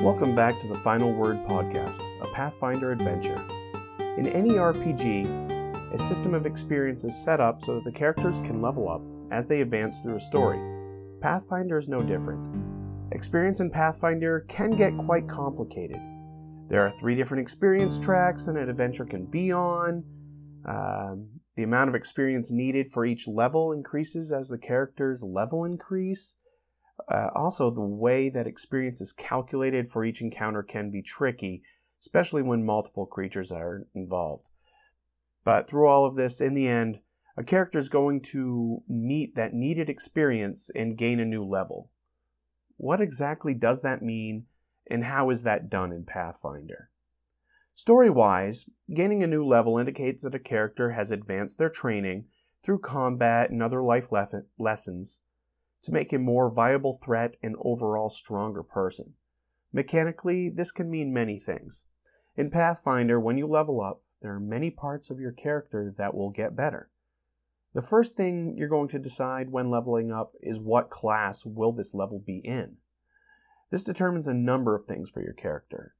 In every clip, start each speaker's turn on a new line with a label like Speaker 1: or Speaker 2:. Speaker 1: Welcome back to the Final Word Podcast, a Pathfinder adventure. In any RPG, a system of experience is set up so that the characters can level up as they advance through a story. Pathfinder is no different. Experience in Pathfinder can get quite complicated. There are three different experience tracks that an adventure can be on. Um, the amount of experience needed for each level increases as the character's level increase. Uh, also, the way that experience is calculated for each encounter can be tricky, especially when multiple creatures are involved. But through all of this, in the end, a character is going to meet that needed experience and gain a new level. What exactly does that mean, and how is that done in Pathfinder? Story wise, gaining a new level indicates that a character has advanced their training through combat and other life lef- lessons to make a more viable threat and overall stronger person. Mechanically, this can mean many things. In Pathfinder, when you level up, there are many parts of your character that will get better. The first thing you're going to decide when leveling up is what class will this level be in. This determines a number of things for your character.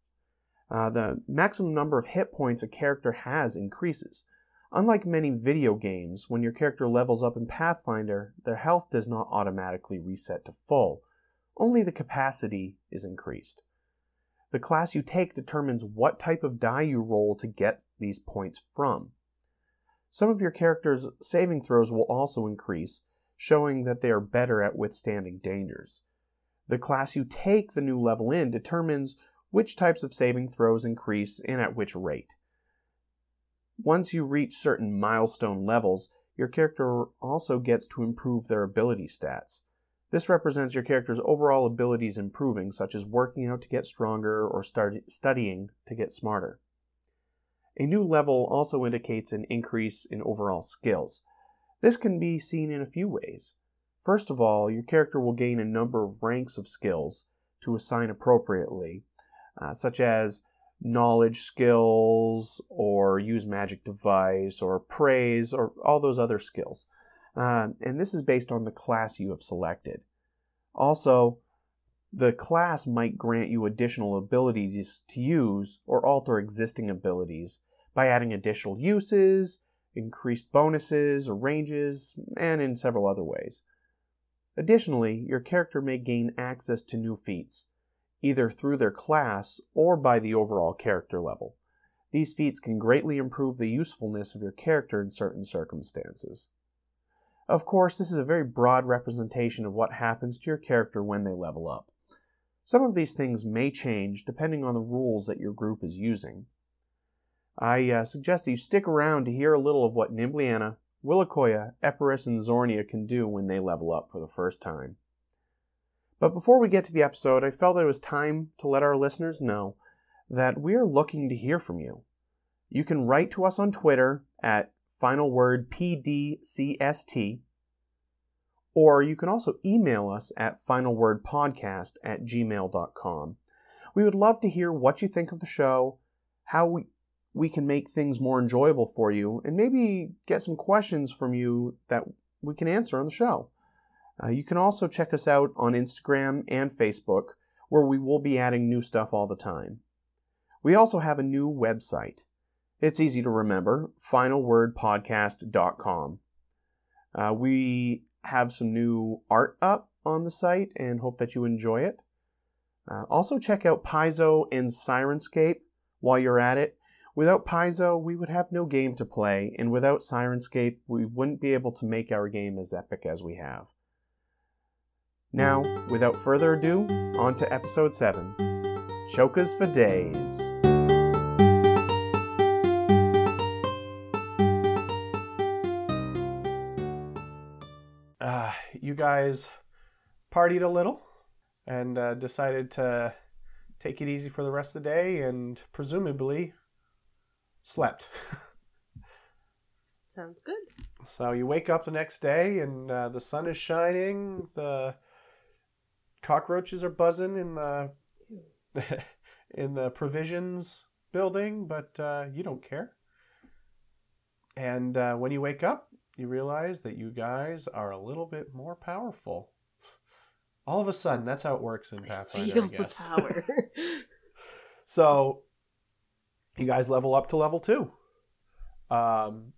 Speaker 1: Uh, the maximum number of hit points a character has increases. Unlike many video games, when your character levels up in Pathfinder, their health does not automatically reset to full, only the capacity is increased. The class you take determines what type of die you roll to get these points from. Some of your character's saving throws will also increase, showing that they are better at withstanding dangers. The class you take the new level in determines which types of saving throws increase and at which rate. Once you reach certain milestone levels, your character also gets to improve their ability stats. This represents your character's overall abilities improving, such as working out to get stronger or start studying to get smarter. A new level also indicates an increase in overall skills. This can be seen in a few ways. First of all, your character will gain a number of ranks of skills to assign appropriately, uh, such as knowledge skills or use magic device or praise or all those other skills. Uh, and this is based on the class you have selected. Also, the class might grant you additional abilities to use or alter existing abilities by adding additional uses, increased bonuses or ranges, and in several other ways. Additionally, your character may gain access to new feats, either through their class or by the overall character level. These feats can greatly improve the usefulness of your character in certain circumstances. Of course, this is a very broad representation of what happens to your character when they level up. Some of these things may change depending on the rules that your group is using. I uh, suggest that you stick around to hear a little of what Nimbliana, Willakoya, Epirus, and Zornia can do when they level up for the first time. But before we get to the episode, I felt it was time to let our listeners know that we are looking to hear from you. You can write to us on Twitter at finalwordpdcst, or you can also email us at finalwordpodcast at gmail.com. We would love to hear what you think of the show, how we, we can make things more enjoyable for you, and maybe get some questions from you that we can answer on the show. Uh, you can also check us out on Instagram and Facebook, where we will be adding new stuff all the time. We also have a new website. It's easy to remember finalwordpodcast.com. Uh, we have some new art up on the site and hope that you enjoy it. Uh, also, check out Paizo and Sirenscape while you're at it. Without Paizo, we would have no game to play, and without Sirenscape, we wouldn't be able to make our game as epic as we have. Now, without further ado, on to episode 7 Chokas for Days.
Speaker 2: Ah,
Speaker 1: Uh, you guys partied a little and uh, decided to take it easy for the rest of the day and presumably slept.
Speaker 3: Sounds good.
Speaker 1: so you wake up the next day and uh, the sun is shining, the cockroaches are buzzing in the in the provisions building, but uh, you don't care. And uh, when you wake up, you realize that you guys are a little bit more powerful. All of a sudden, that's how it works in Pathfinder. I
Speaker 3: Feel the
Speaker 1: guess.
Speaker 3: power.
Speaker 2: So you guys level up to level two. Um,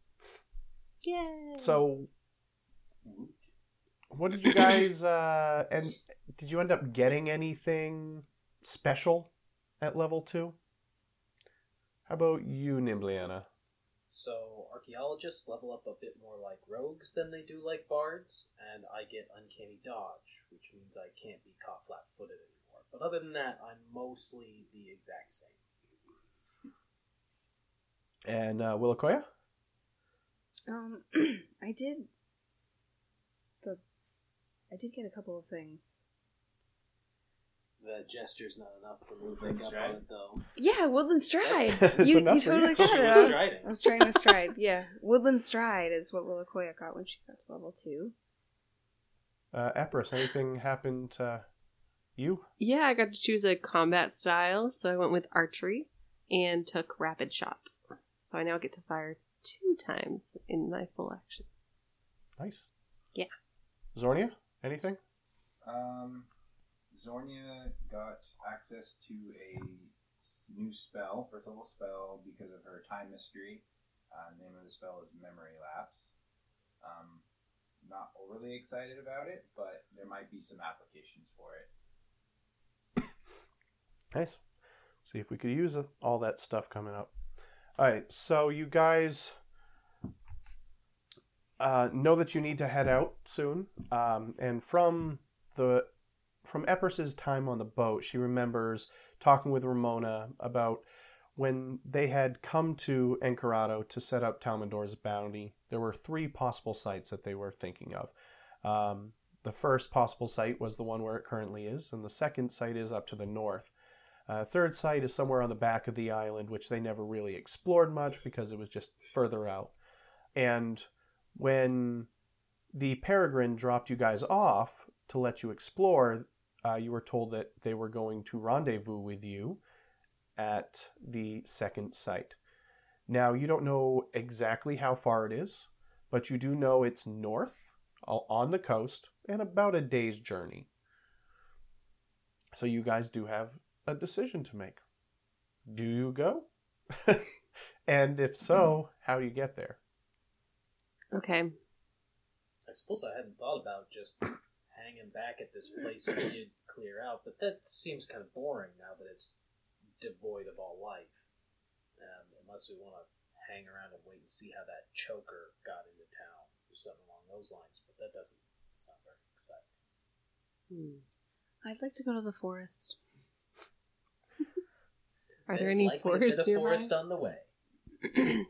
Speaker 3: Yay.
Speaker 2: so what did you guys uh, and did you end up getting anything special at level two? How about you, Nimbliana?
Speaker 4: So archaeologists level up a bit more like rogues than they do like bards, and I get uncanny dodge, which means I can't be caught flat-footed anymore. But other than that, I'm mostly the exact same.
Speaker 2: And uh, Willakoya?
Speaker 3: Um, I did. The I did get a couple of things.
Speaker 4: The gesture's not enough to move back up on
Speaker 5: Stride.
Speaker 4: it, though.
Speaker 3: Yeah, Woodland Stride.
Speaker 2: That's
Speaker 3: you you
Speaker 2: enough for
Speaker 3: totally
Speaker 2: you.
Speaker 3: got
Speaker 4: She
Speaker 3: it.
Speaker 4: was
Speaker 3: I was,
Speaker 4: striding.
Speaker 3: I was trying to stride. Yeah, Woodland Stride is what Willakoya got when she got to level two.
Speaker 2: Uh, Epirus, anything happened to you?
Speaker 6: Yeah, I got to choose a combat style, so I went with archery and took rapid shot. So I now get to fire two times in my full action.
Speaker 2: Nice.
Speaker 6: Yeah.
Speaker 2: Zornia, anything?
Speaker 5: Um, Zornia got access to a s- new spell, first level spell, because of her time mystery. Uh, name of the spell is Memory Lapse. Um, not overly excited about it, but there might be some applications for it.
Speaker 2: Nice. See if we could use uh, all that stuff coming up. All right, so you guys uh, know that you need to head out soon, um, and from the from Epirus's time on the boat, she remembers talking with Ramona about when they had come to Encarado to set up Talmador's bounty. There were three possible sites that they were thinking of. Um, the first possible site was the one where it currently is, and the second site is up to the north. Uh, third site is somewhere on the back of the island, which they never really explored much because it was just further out. And when the Peregrine dropped you guys off to let you explore, uh, you were told that they were going to rendezvous with you at the second site. Now, you don't know exactly how far it is, but you do know it's north o- on the coast and about a day's journey. So, you guys do have a decision to make. Do you go? and if so,
Speaker 6: Hmm.
Speaker 2: how do you get there?
Speaker 6: Okay.
Speaker 4: I suppose I hadn't thought about just hanging back at this place we did clear out, but that seems kind of boring now that it's devoid of all life. Um, unless we want to hang around and wait and see how that choker got into town or something along those lines, but that doesn't sound very exciting.
Speaker 6: Hmm. I'd like to go to the forest. Are
Speaker 4: There's
Speaker 6: there any
Speaker 4: likely a bit
Speaker 6: forests
Speaker 4: of
Speaker 6: nearby?
Speaker 4: forest on the way.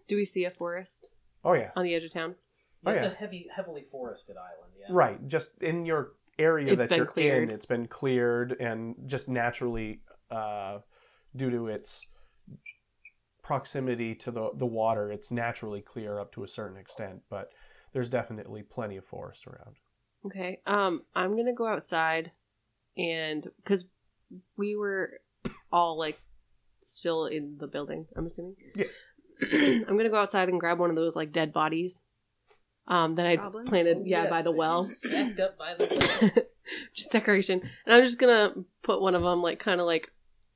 Speaker 6: Do we see a forest
Speaker 2: Oh, yeah.
Speaker 6: on the edge of town?
Speaker 2: Oh,
Speaker 4: it's
Speaker 2: yeah.
Speaker 4: a heavy, heavily forested island. Yeah,
Speaker 2: Right. Just in your area
Speaker 6: It's
Speaker 2: that
Speaker 6: been
Speaker 2: you're
Speaker 6: cleared.
Speaker 2: in, it's been cleared and just naturally, uh, due to its proximity to the, the water, it's naturally clear up to a certain extent, but there's definitely plenty of forest around.
Speaker 6: Okay. Um, I'm gonna go outside, and because we were all like still in the building, I'm assuming.
Speaker 2: Yeah.
Speaker 6: I'm gonna go outside and grab one of those like dead bodies. Um, that I
Speaker 3: Goblins?
Speaker 6: planted, yeah,
Speaker 4: Yes,
Speaker 6: by
Speaker 4: that
Speaker 6: the
Speaker 4: you
Speaker 6: well.
Speaker 4: stacked up by the well.
Speaker 6: just decoration, and I'm just gonna put one of them like kind of like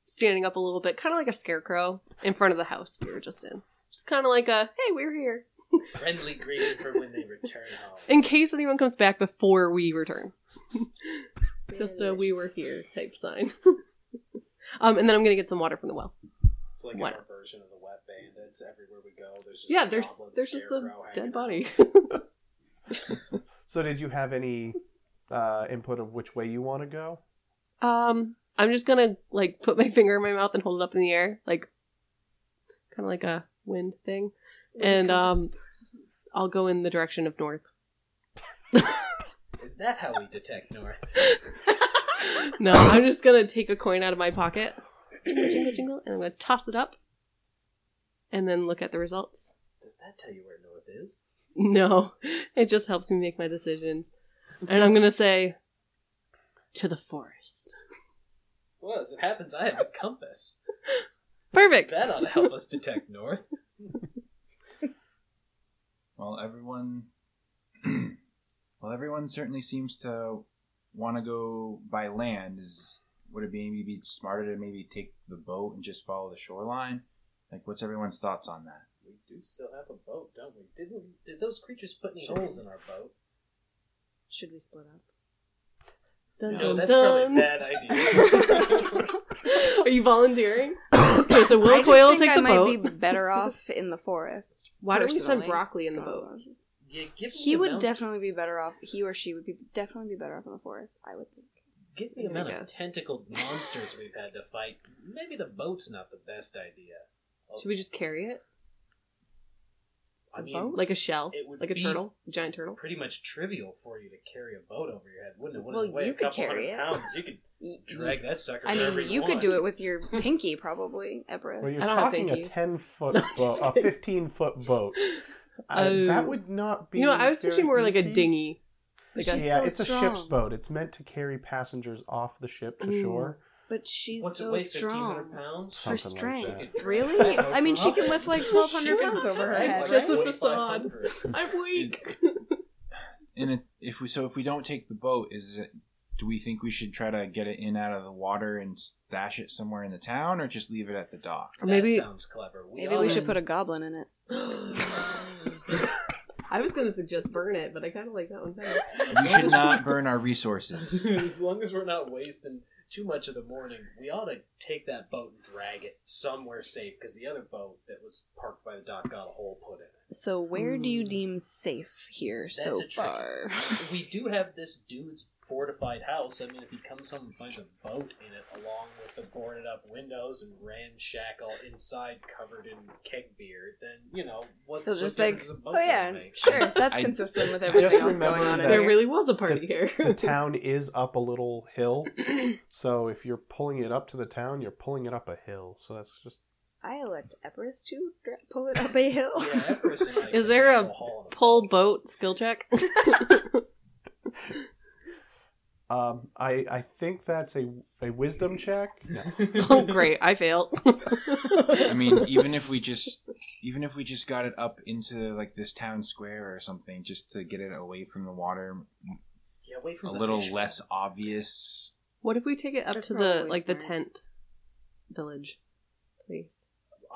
Speaker 6: standing up a little bit, kind of like a scarecrow in front of the house we were just in. Just kind of like a hey, we're here
Speaker 4: Friendly greeting for when they return home.
Speaker 6: in case anyone comes back before we return. just a
Speaker 3: Delicious.
Speaker 6: we were here type sign. um, and then I'm gonna get some water from the well.
Speaker 4: It's like
Speaker 6: What?
Speaker 4: our version of the wet bandits. Everywhere we go, there's just
Speaker 6: yeah,
Speaker 4: a
Speaker 6: there's
Speaker 4: goblin
Speaker 6: there's just a
Speaker 4: scarecrow hanging
Speaker 6: dead body.
Speaker 4: out.
Speaker 2: So, did you have any uh, input of which way you want to go?
Speaker 6: um, I'm just gonna like put my finger in my mouth and hold it up in the air, like kind of like a wind thing. And, um, I'll go in the direction of north.
Speaker 4: Is that how we detect north?
Speaker 6: no, I'm just gonna take a coin out of my pocket, jingle jingle, jingle, and I'm gonna toss it up, and then look at the results.
Speaker 4: Does that tell you where north is?
Speaker 6: No, it just helps me make my decisions. And I'm gonna say, to the forest.
Speaker 4: Well, as it happens, I have a compass.
Speaker 6: Perfect.
Speaker 4: That ought to help us detect north.
Speaker 5: Well, everyone, well, everyone certainly seems to want to go by land. Is Would it be maybe be smarter to maybe take the boat and just follow the shoreline? Like, what's everyone's thoughts on that?
Speaker 4: We do still have a boat, don't we? Didn't did those creatures put any holes in our boat?
Speaker 3: Should we split up?
Speaker 6: Dun,
Speaker 4: no,
Speaker 6: dun,
Speaker 4: that's probably a bad idea.
Speaker 6: Are you volunteering? okay, so Will
Speaker 3: I just
Speaker 6: Coyle
Speaker 3: think
Speaker 6: take
Speaker 3: I
Speaker 6: the
Speaker 3: might
Speaker 6: boat.
Speaker 3: be better off in the forest. Um,
Speaker 6: Why don't we send
Speaker 3: personally.
Speaker 6: broccoli in the boat?
Speaker 4: yeah, give me
Speaker 3: He
Speaker 4: the
Speaker 3: would
Speaker 4: amount,
Speaker 3: definitely be better off. He or she would be definitely be better off in the forest. I would think.
Speaker 4: Give me the
Speaker 6: I
Speaker 4: amount of
Speaker 6: guess.
Speaker 4: tentacled monsters we've had to fight. Maybe the boat's not the best idea.
Speaker 6: Should we just carry it
Speaker 4: I
Speaker 3: The
Speaker 4: mean,
Speaker 3: boat?
Speaker 6: like a shell,
Speaker 4: Oh. It would
Speaker 6: like a
Speaker 4: be-
Speaker 6: turtle, a giant turtle?
Speaker 4: pretty much trivial for you to carry a boat over your head, wouldn't it? Wouldn't
Speaker 3: Well,
Speaker 4: it weigh
Speaker 3: you
Speaker 4: a
Speaker 3: could
Speaker 4: couple
Speaker 3: carry
Speaker 4: hundred
Speaker 3: it.
Speaker 4: pounds? You could
Speaker 3: Y-
Speaker 4: drag that sucker.
Speaker 3: I
Speaker 4: wherever
Speaker 3: mean, you
Speaker 4: want.
Speaker 3: could do it with your pinky, probably,
Speaker 2: Well,
Speaker 3: Everest.
Speaker 2: you're
Speaker 6: I don't have
Speaker 2: talking a
Speaker 6: pinkies.
Speaker 2: ten foot
Speaker 6: No,
Speaker 2: boat,
Speaker 6: I'm just
Speaker 2: a
Speaker 6: kidding.
Speaker 2: fifteen foot boat. I-
Speaker 6: Oh.
Speaker 2: that would not be.
Speaker 6: You know, I was
Speaker 2: very
Speaker 6: thinking more like a
Speaker 2: easy.
Speaker 6: dinghy, like a
Speaker 3: She's
Speaker 2: yeah,
Speaker 3: so
Speaker 2: it's a ship's
Speaker 3: strong.
Speaker 2: boat. It's meant to carry passengers off the ship to
Speaker 6: Ooh.
Speaker 2: shore.
Speaker 3: But she's
Speaker 4: What's it
Speaker 3: so
Speaker 4: weigh? Fifteen hundred
Speaker 3: strong.
Speaker 4: pounds.
Speaker 3: Her
Speaker 2: Something like
Speaker 3: strength.
Speaker 2: that.
Speaker 3: Really? I mean, she can lift like
Speaker 4: Sure.
Speaker 3: 1,200 pounds over her head.
Speaker 6: It's just
Speaker 3: right?
Speaker 6: a facade.
Speaker 4: 2,500.
Speaker 6: I'm weak.
Speaker 5: And it, if we so if we don't take the boat, is it? Do we think we should try to get it in out of the water and stash it somewhere in the town, or just leave it at the dock?
Speaker 6: Or maybe-
Speaker 4: that sounds clever. We
Speaker 3: Maybe
Speaker 4: all
Speaker 3: we
Speaker 6: are-
Speaker 3: should put a goblin in it.
Speaker 6: I was going to suggest burn it, but I kind of like that one better.
Speaker 4: As
Speaker 5: We
Speaker 4: long
Speaker 5: should
Speaker 4: as
Speaker 5: not burn our resources.
Speaker 4: as long as we're not wasting too much of the morning, we ought to take that boat and drag it somewhere safe because the other boat that was parked by the dock got a hole put in it.
Speaker 3: So where do you
Speaker 6: Hmm.
Speaker 3: deem safe here
Speaker 4: That's
Speaker 3: so
Speaker 4: a tricky-
Speaker 3: far?
Speaker 4: We do have this dude's fortified house. I mean, if he comes home and finds a boat in it, along with the boarded up windows and ramshackle inside covered in keg beer, then you know what?
Speaker 3: He'll
Speaker 4: what
Speaker 3: just
Speaker 4: difference
Speaker 3: like,
Speaker 4: is a boat
Speaker 3: oh yeah,
Speaker 4: gonna make?"
Speaker 3: sure. That's
Speaker 5: I-
Speaker 3: consistent with everything else going
Speaker 2: remember
Speaker 3: on. in
Speaker 2: that-
Speaker 6: There
Speaker 3: here.
Speaker 6: really was a party here.
Speaker 2: the town is up a little hill, so if you're pulling it up to the town, you're pulling it up a hill. So that's just
Speaker 3: I elect Everest to dra- pull it up a hill.
Speaker 4: Yeah, that person might
Speaker 6: Is
Speaker 4: be
Speaker 6: there a
Speaker 4: able to haul in
Speaker 6: Pull boat skill check.
Speaker 2: Um, I I think that's a a wisdom check.
Speaker 6: oh, great. I failed.
Speaker 5: I mean, even if we just even if we just got it up into like this town square or something, just to get it away from the water,
Speaker 4: Yeah, away from
Speaker 5: a
Speaker 4: the
Speaker 5: little
Speaker 4: fish.
Speaker 5: less obvious.
Speaker 6: what if we take it up
Speaker 3: That's
Speaker 6: to the,
Speaker 3: probably
Speaker 6: like, the
Speaker 3: smart.
Speaker 6: tent village? Please.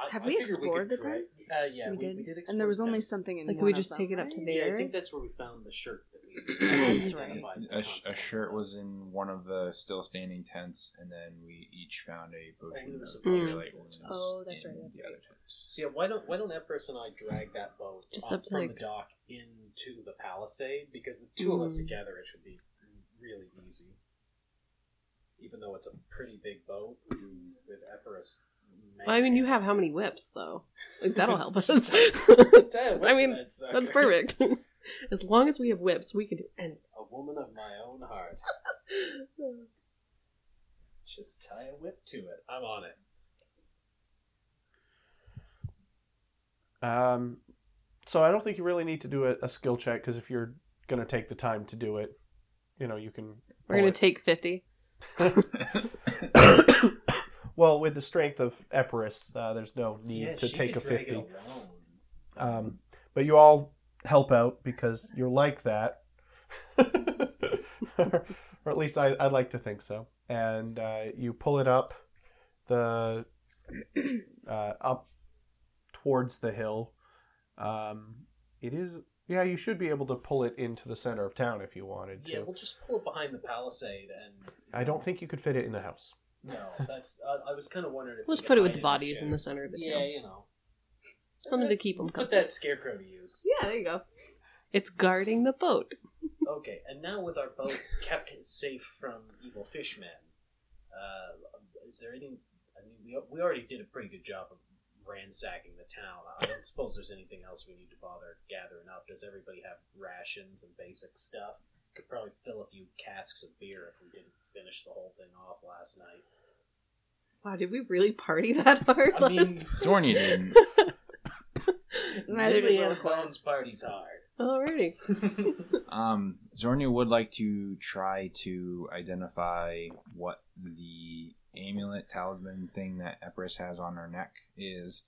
Speaker 4: I-
Speaker 3: Have
Speaker 4: I
Speaker 3: we
Speaker 4: figure
Speaker 3: explored
Speaker 4: could
Speaker 3: the
Speaker 4: dra-
Speaker 3: tents?
Speaker 4: Uh, yeah, we, we did.
Speaker 3: and there
Speaker 4: explore
Speaker 3: was
Speaker 4: the
Speaker 3: only
Speaker 4: tents.
Speaker 3: something in.
Speaker 6: Like,
Speaker 3: one
Speaker 6: we
Speaker 3: of
Speaker 6: just
Speaker 3: them,
Speaker 6: take it up to
Speaker 3: right?
Speaker 6: the-
Speaker 4: Yeah, I
Speaker 6: there.
Speaker 4: think that's where we found the shirt that we
Speaker 3: That's right.
Speaker 4: identified the
Speaker 5: A, sh- a
Speaker 4: consequences
Speaker 5: shirt
Speaker 4: of.
Speaker 5: was in one of the still standing tents, and then we each found a
Speaker 4: Oh,
Speaker 5: potion
Speaker 4: there was
Speaker 5: of
Speaker 4: a potion.
Speaker 5: Twilight Wounds
Speaker 3: Oh, that's right,
Speaker 5: in
Speaker 3: that's
Speaker 5: the
Speaker 3: right.
Speaker 5: other tent.
Speaker 4: So yeah, why don't why don't Empress and I drag that boat
Speaker 6: Just
Speaker 4: up
Speaker 6: up to,
Speaker 4: from
Speaker 6: like-
Speaker 4: the dock into the palisade because the two of us
Speaker 6: Mm.
Speaker 4: together it should be really easy. Even though it's a pretty big boat with Empress.
Speaker 6: I mean, you have how many whips, though? Like, that'll help us. I mean, That's perfect. as long as we have whips, we can do anything.
Speaker 4: A woman of my own heart. Just tie a whip to it. I'm on it.
Speaker 2: Um, so I don't think you really need to do a, a skill check because if you're gonna take the time to do it, you know you can.
Speaker 6: We're going
Speaker 2: pull
Speaker 6: to take 50.
Speaker 2: it. well, with the strength of Epirus, uh, there's no need
Speaker 4: Yeah,
Speaker 2: to
Speaker 4: she
Speaker 2: take
Speaker 4: could
Speaker 2: a
Speaker 4: drag it
Speaker 2: fifty.
Speaker 4: alone.
Speaker 2: Um, but you all help out because you're like that. or at least I, I'd like to think so. And uh, you pull it up the uh, up towards the hill. Um, it is yeah. You should be able to pull it into the center of town if you wanted to.
Speaker 4: Yeah, we'll just pull it behind the palisade and.
Speaker 2: I don't think you could fit it in a house.
Speaker 4: No, that's. I I was kind of wondering if. we
Speaker 6: Let's
Speaker 4: could
Speaker 6: put it
Speaker 4: hide
Speaker 6: with the
Speaker 4: in
Speaker 6: bodies
Speaker 4: shed.
Speaker 6: in the center of the
Speaker 4: Yeah,
Speaker 6: town.
Speaker 4: you know.
Speaker 6: Something to keep them
Speaker 4: Put
Speaker 6: company.
Speaker 4: that scarecrow to use.
Speaker 6: Yeah, there you go. It's guarding the boat.
Speaker 4: Okay, and now with our boat kept safe from evil fishmen, uh, is there any? I mean, we, we already did a pretty good job of ransacking the town. I don't suppose there's anything else we need to bother gathering up. Does everybody have rations and basic stuff? Could probably fill a few casks of beer if we didn't finish the whole thing off last night.
Speaker 6: Wow, did we really party that hard?
Speaker 4: I mean,
Speaker 6: last-
Speaker 5: Zornia didn't.
Speaker 3: Neither did
Speaker 4: Lily
Speaker 3: Will
Speaker 4: and Bones parties hard.
Speaker 6: Alrighty.
Speaker 5: Um, Zornia would like to try to identify what the amulet talisman thing that Epirus has on her neck is,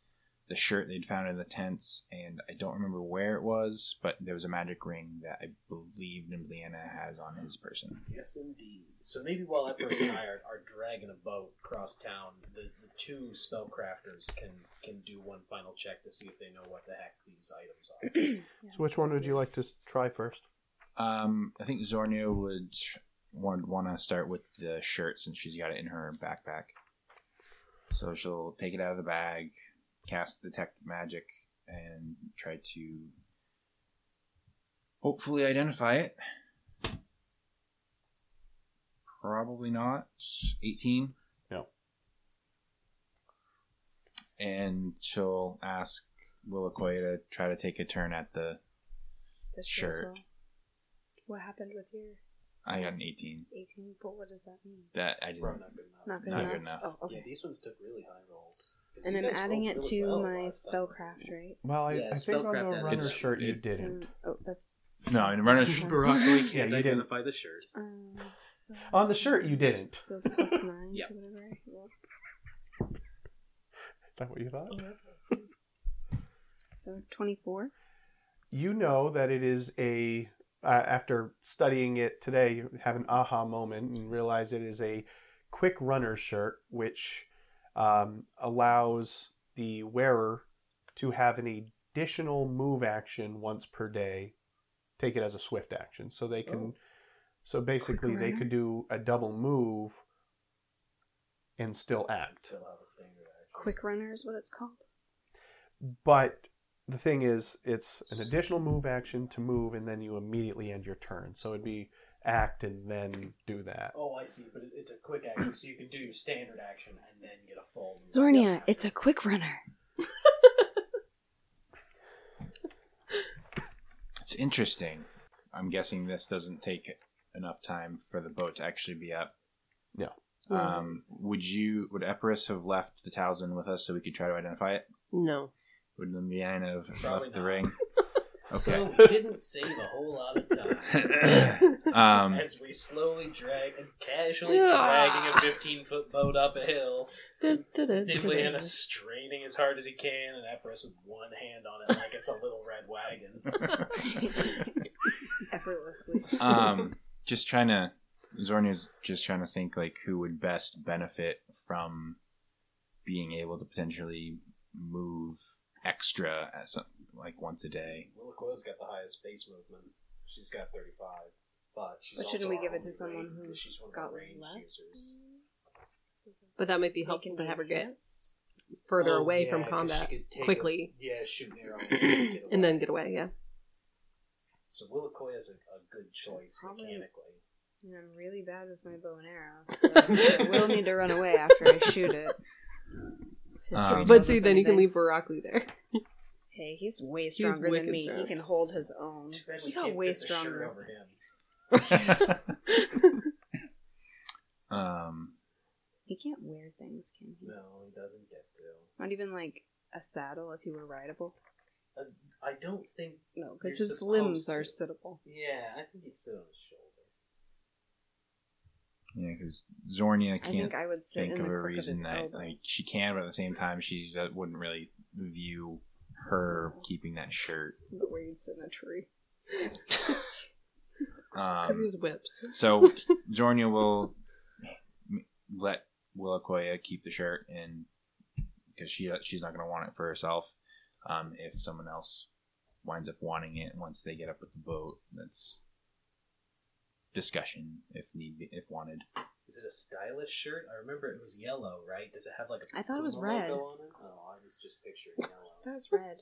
Speaker 5: the shirt they'd found in the tents, and I don't remember where it was, but there was a magic ring that I believe Nimbliana has on his person.
Speaker 4: Yes, indeed. So maybe while Epirus and I are, are dragging a boat across town, the, the two spellcrafters can can do one final check to see if they know what the heck these items are.
Speaker 2: So, which one would you like to s- try first?
Speaker 5: Um, I think Zornia would would want to start with the shirt since she's got it in her backpack. So she'll take it out of the bag, cast detect magic, and try to hopefully identify it. Probably not. Eighteen.
Speaker 2: No.
Speaker 5: And she'll ask Willakoy to try to take a turn at the.
Speaker 3: This goes
Speaker 5: Sure.
Speaker 3: well. What happened with your
Speaker 5: I got an eighteen.
Speaker 3: 18? But what does that mean?
Speaker 5: That I didn't.
Speaker 4: Probably not good enough.
Speaker 3: Not good,
Speaker 5: Not
Speaker 3: enough?
Speaker 5: good enough.
Speaker 3: Oh, okay.
Speaker 4: Yeah, these ones took really high rolls. 'Cause
Speaker 3: and
Speaker 4: you
Speaker 3: I'm
Speaker 4: guys
Speaker 3: adding
Speaker 4: rolled
Speaker 3: it
Speaker 4: really
Speaker 3: to
Speaker 4: well
Speaker 3: my
Speaker 4: last time.
Speaker 3: spellcraft, right?
Speaker 2: Well, I,
Speaker 4: Yeah,
Speaker 2: I think on
Speaker 4: spellcraft
Speaker 2: the
Speaker 4: that
Speaker 2: runner
Speaker 5: is-
Speaker 2: shirt you
Speaker 5: it-
Speaker 2: didn't.
Speaker 3: Um, oh, that's
Speaker 5: No, in runner's
Speaker 4: Broccoli
Speaker 2: Yeah,
Speaker 4: can't
Speaker 2: you didn't.
Speaker 4: identify the shirt.
Speaker 3: um. spell-
Speaker 2: On the shirt you didn't. Is
Speaker 3: So plus nine
Speaker 4: Yeah.
Speaker 3: to whatever. I roll.
Speaker 2: that what you thought?
Speaker 3: So 24.
Speaker 2: You know that it is a. Uh, after studying it today, you have an aha moment and realize it is a quick runner shirt, which um, allows the wearer to have an additional move action once per day. Take it as a swift action, so they can. So basically, they
Speaker 3: runner?
Speaker 2: could do a double move and still
Speaker 4: I
Speaker 2: act.
Speaker 4: still have a standard action.
Speaker 3: Quick runner is what it's called.
Speaker 2: But the thing is, it's an additional move action to move, and then you immediately end your turn. So it'd be act and then do that.
Speaker 4: Oh, I see. But it- it's a quick action, so you can do your standard action and then get a full. move.
Speaker 3: Zornia, it's a quick runner.
Speaker 5: It's interesting. I'm guessing this doesn't take enough time for the boat to actually be up.
Speaker 2: No.
Speaker 5: Um, would you? Would Epirus have left the talisman with us so we could try to identify it?
Speaker 6: No.
Speaker 5: Would Lumbiana have
Speaker 4: Probably
Speaker 5: left the
Speaker 4: not.
Speaker 5: ring?
Speaker 4: So
Speaker 5: Okay.
Speaker 4: we didn't save a whole lot of time.
Speaker 5: um,
Speaker 4: As we slowly drag, casually dragging
Speaker 6: Ah.
Speaker 4: a 15 foot boat up a hill, Indiana
Speaker 6: Did
Speaker 4: straining as hard as he can, and Epirus with one hand on it like it's a little red wagon.
Speaker 3: Effortlessly.
Speaker 5: um, just trying to. Zornia's just trying to think like who would best benefit from being able to potentially move extra at some like once a day.
Speaker 4: Willacoyle's got the highest base movement. She's got 35. But, she's
Speaker 3: But shouldn't
Speaker 4: also
Speaker 3: we
Speaker 4: our
Speaker 3: give it
Speaker 4: only
Speaker 3: to someone
Speaker 4: range- she's
Speaker 3: who's
Speaker 4: one of our
Speaker 3: got
Speaker 4: ranged
Speaker 3: less?
Speaker 4: users.
Speaker 6: But that might be
Speaker 3: They
Speaker 6: helpful
Speaker 3: can
Speaker 6: to
Speaker 3: be
Speaker 6: have her get
Speaker 3: enhanced.
Speaker 6: further
Speaker 4: Oh,
Speaker 6: away
Speaker 4: yeah,
Speaker 6: from
Speaker 4: 'cause she
Speaker 6: combat
Speaker 4: could take a-
Speaker 6: quickly
Speaker 4: yeah, shoot an arrow
Speaker 6: and then get away, yeah.
Speaker 4: So Willacoy is a, a good choice
Speaker 3: Probably-
Speaker 4: mechanically.
Speaker 3: And I'm really bad with my bow and arrow, so I will need to run away after I shoot it. History
Speaker 5: Um,
Speaker 3: tells
Speaker 6: But see,
Speaker 3: us
Speaker 6: then you can
Speaker 3: anything.
Speaker 6: leave Broccoli there.
Speaker 3: Hey, he's way stronger
Speaker 6: wicked
Speaker 3: than me.
Speaker 6: strong.
Speaker 3: He can hold his own.
Speaker 4: Too bad we
Speaker 3: He got
Speaker 4: can't
Speaker 3: way
Speaker 4: fit the shirt
Speaker 3: stronger.
Speaker 4: over him.
Speaker 5: Um,
Speaker 3: He can't wear things, can he?
Speaker 4: No, he doesn't get to.
Speaker 3: Not even like a saddle if he were rideable.
Speaker 4: Uh, I don't think.
Speaker 3: No, because
Speaker 4: You're
Speaker 3: his limbs
Speaker 4: supposed
Speaker 3: are
Speaker 4: to.
Speaker 3: sittable.
Speaker 4: Yeah, I think he'd sit on his shoulder.
Speaker 5: yeah, because Zornia
Speaker 3: I,
Speaker 5: can't
Speaker 3: think
Speaker 5: think,
Speaker 3: I would sit in the
Speaker 5: of a
Speaker 3: crook of his
Speaker 5: reason that
Speaker 3: elbow.
Speaker 5: like she can, but at the same time, she do- wouldn't really view her keeping that shirt.
Speaker 3: But where you'd sit in a tree.
Speaker 6: Because he
Speaker 5: Um,
Speaker 6: was whips.
Speaker 5: so Zornia will m- let Willakoya keep the shirt, and because she she's not going to want it for herself. Um, if someone else winds up wanting it once they get up with the boat, that's discussion if need be, if wanted.
Speaker 4: Is it a stylish shirt? I remember it was yellow, right? Does it have like a
Speaker 3: I thought it was
Speaker 4: Puma
Speaker 3: red.
Speaker 4: logo on it? Oh, I was just picturing
Speaker 3: That
Speaker 4: yellow.
Speaker 3: was red.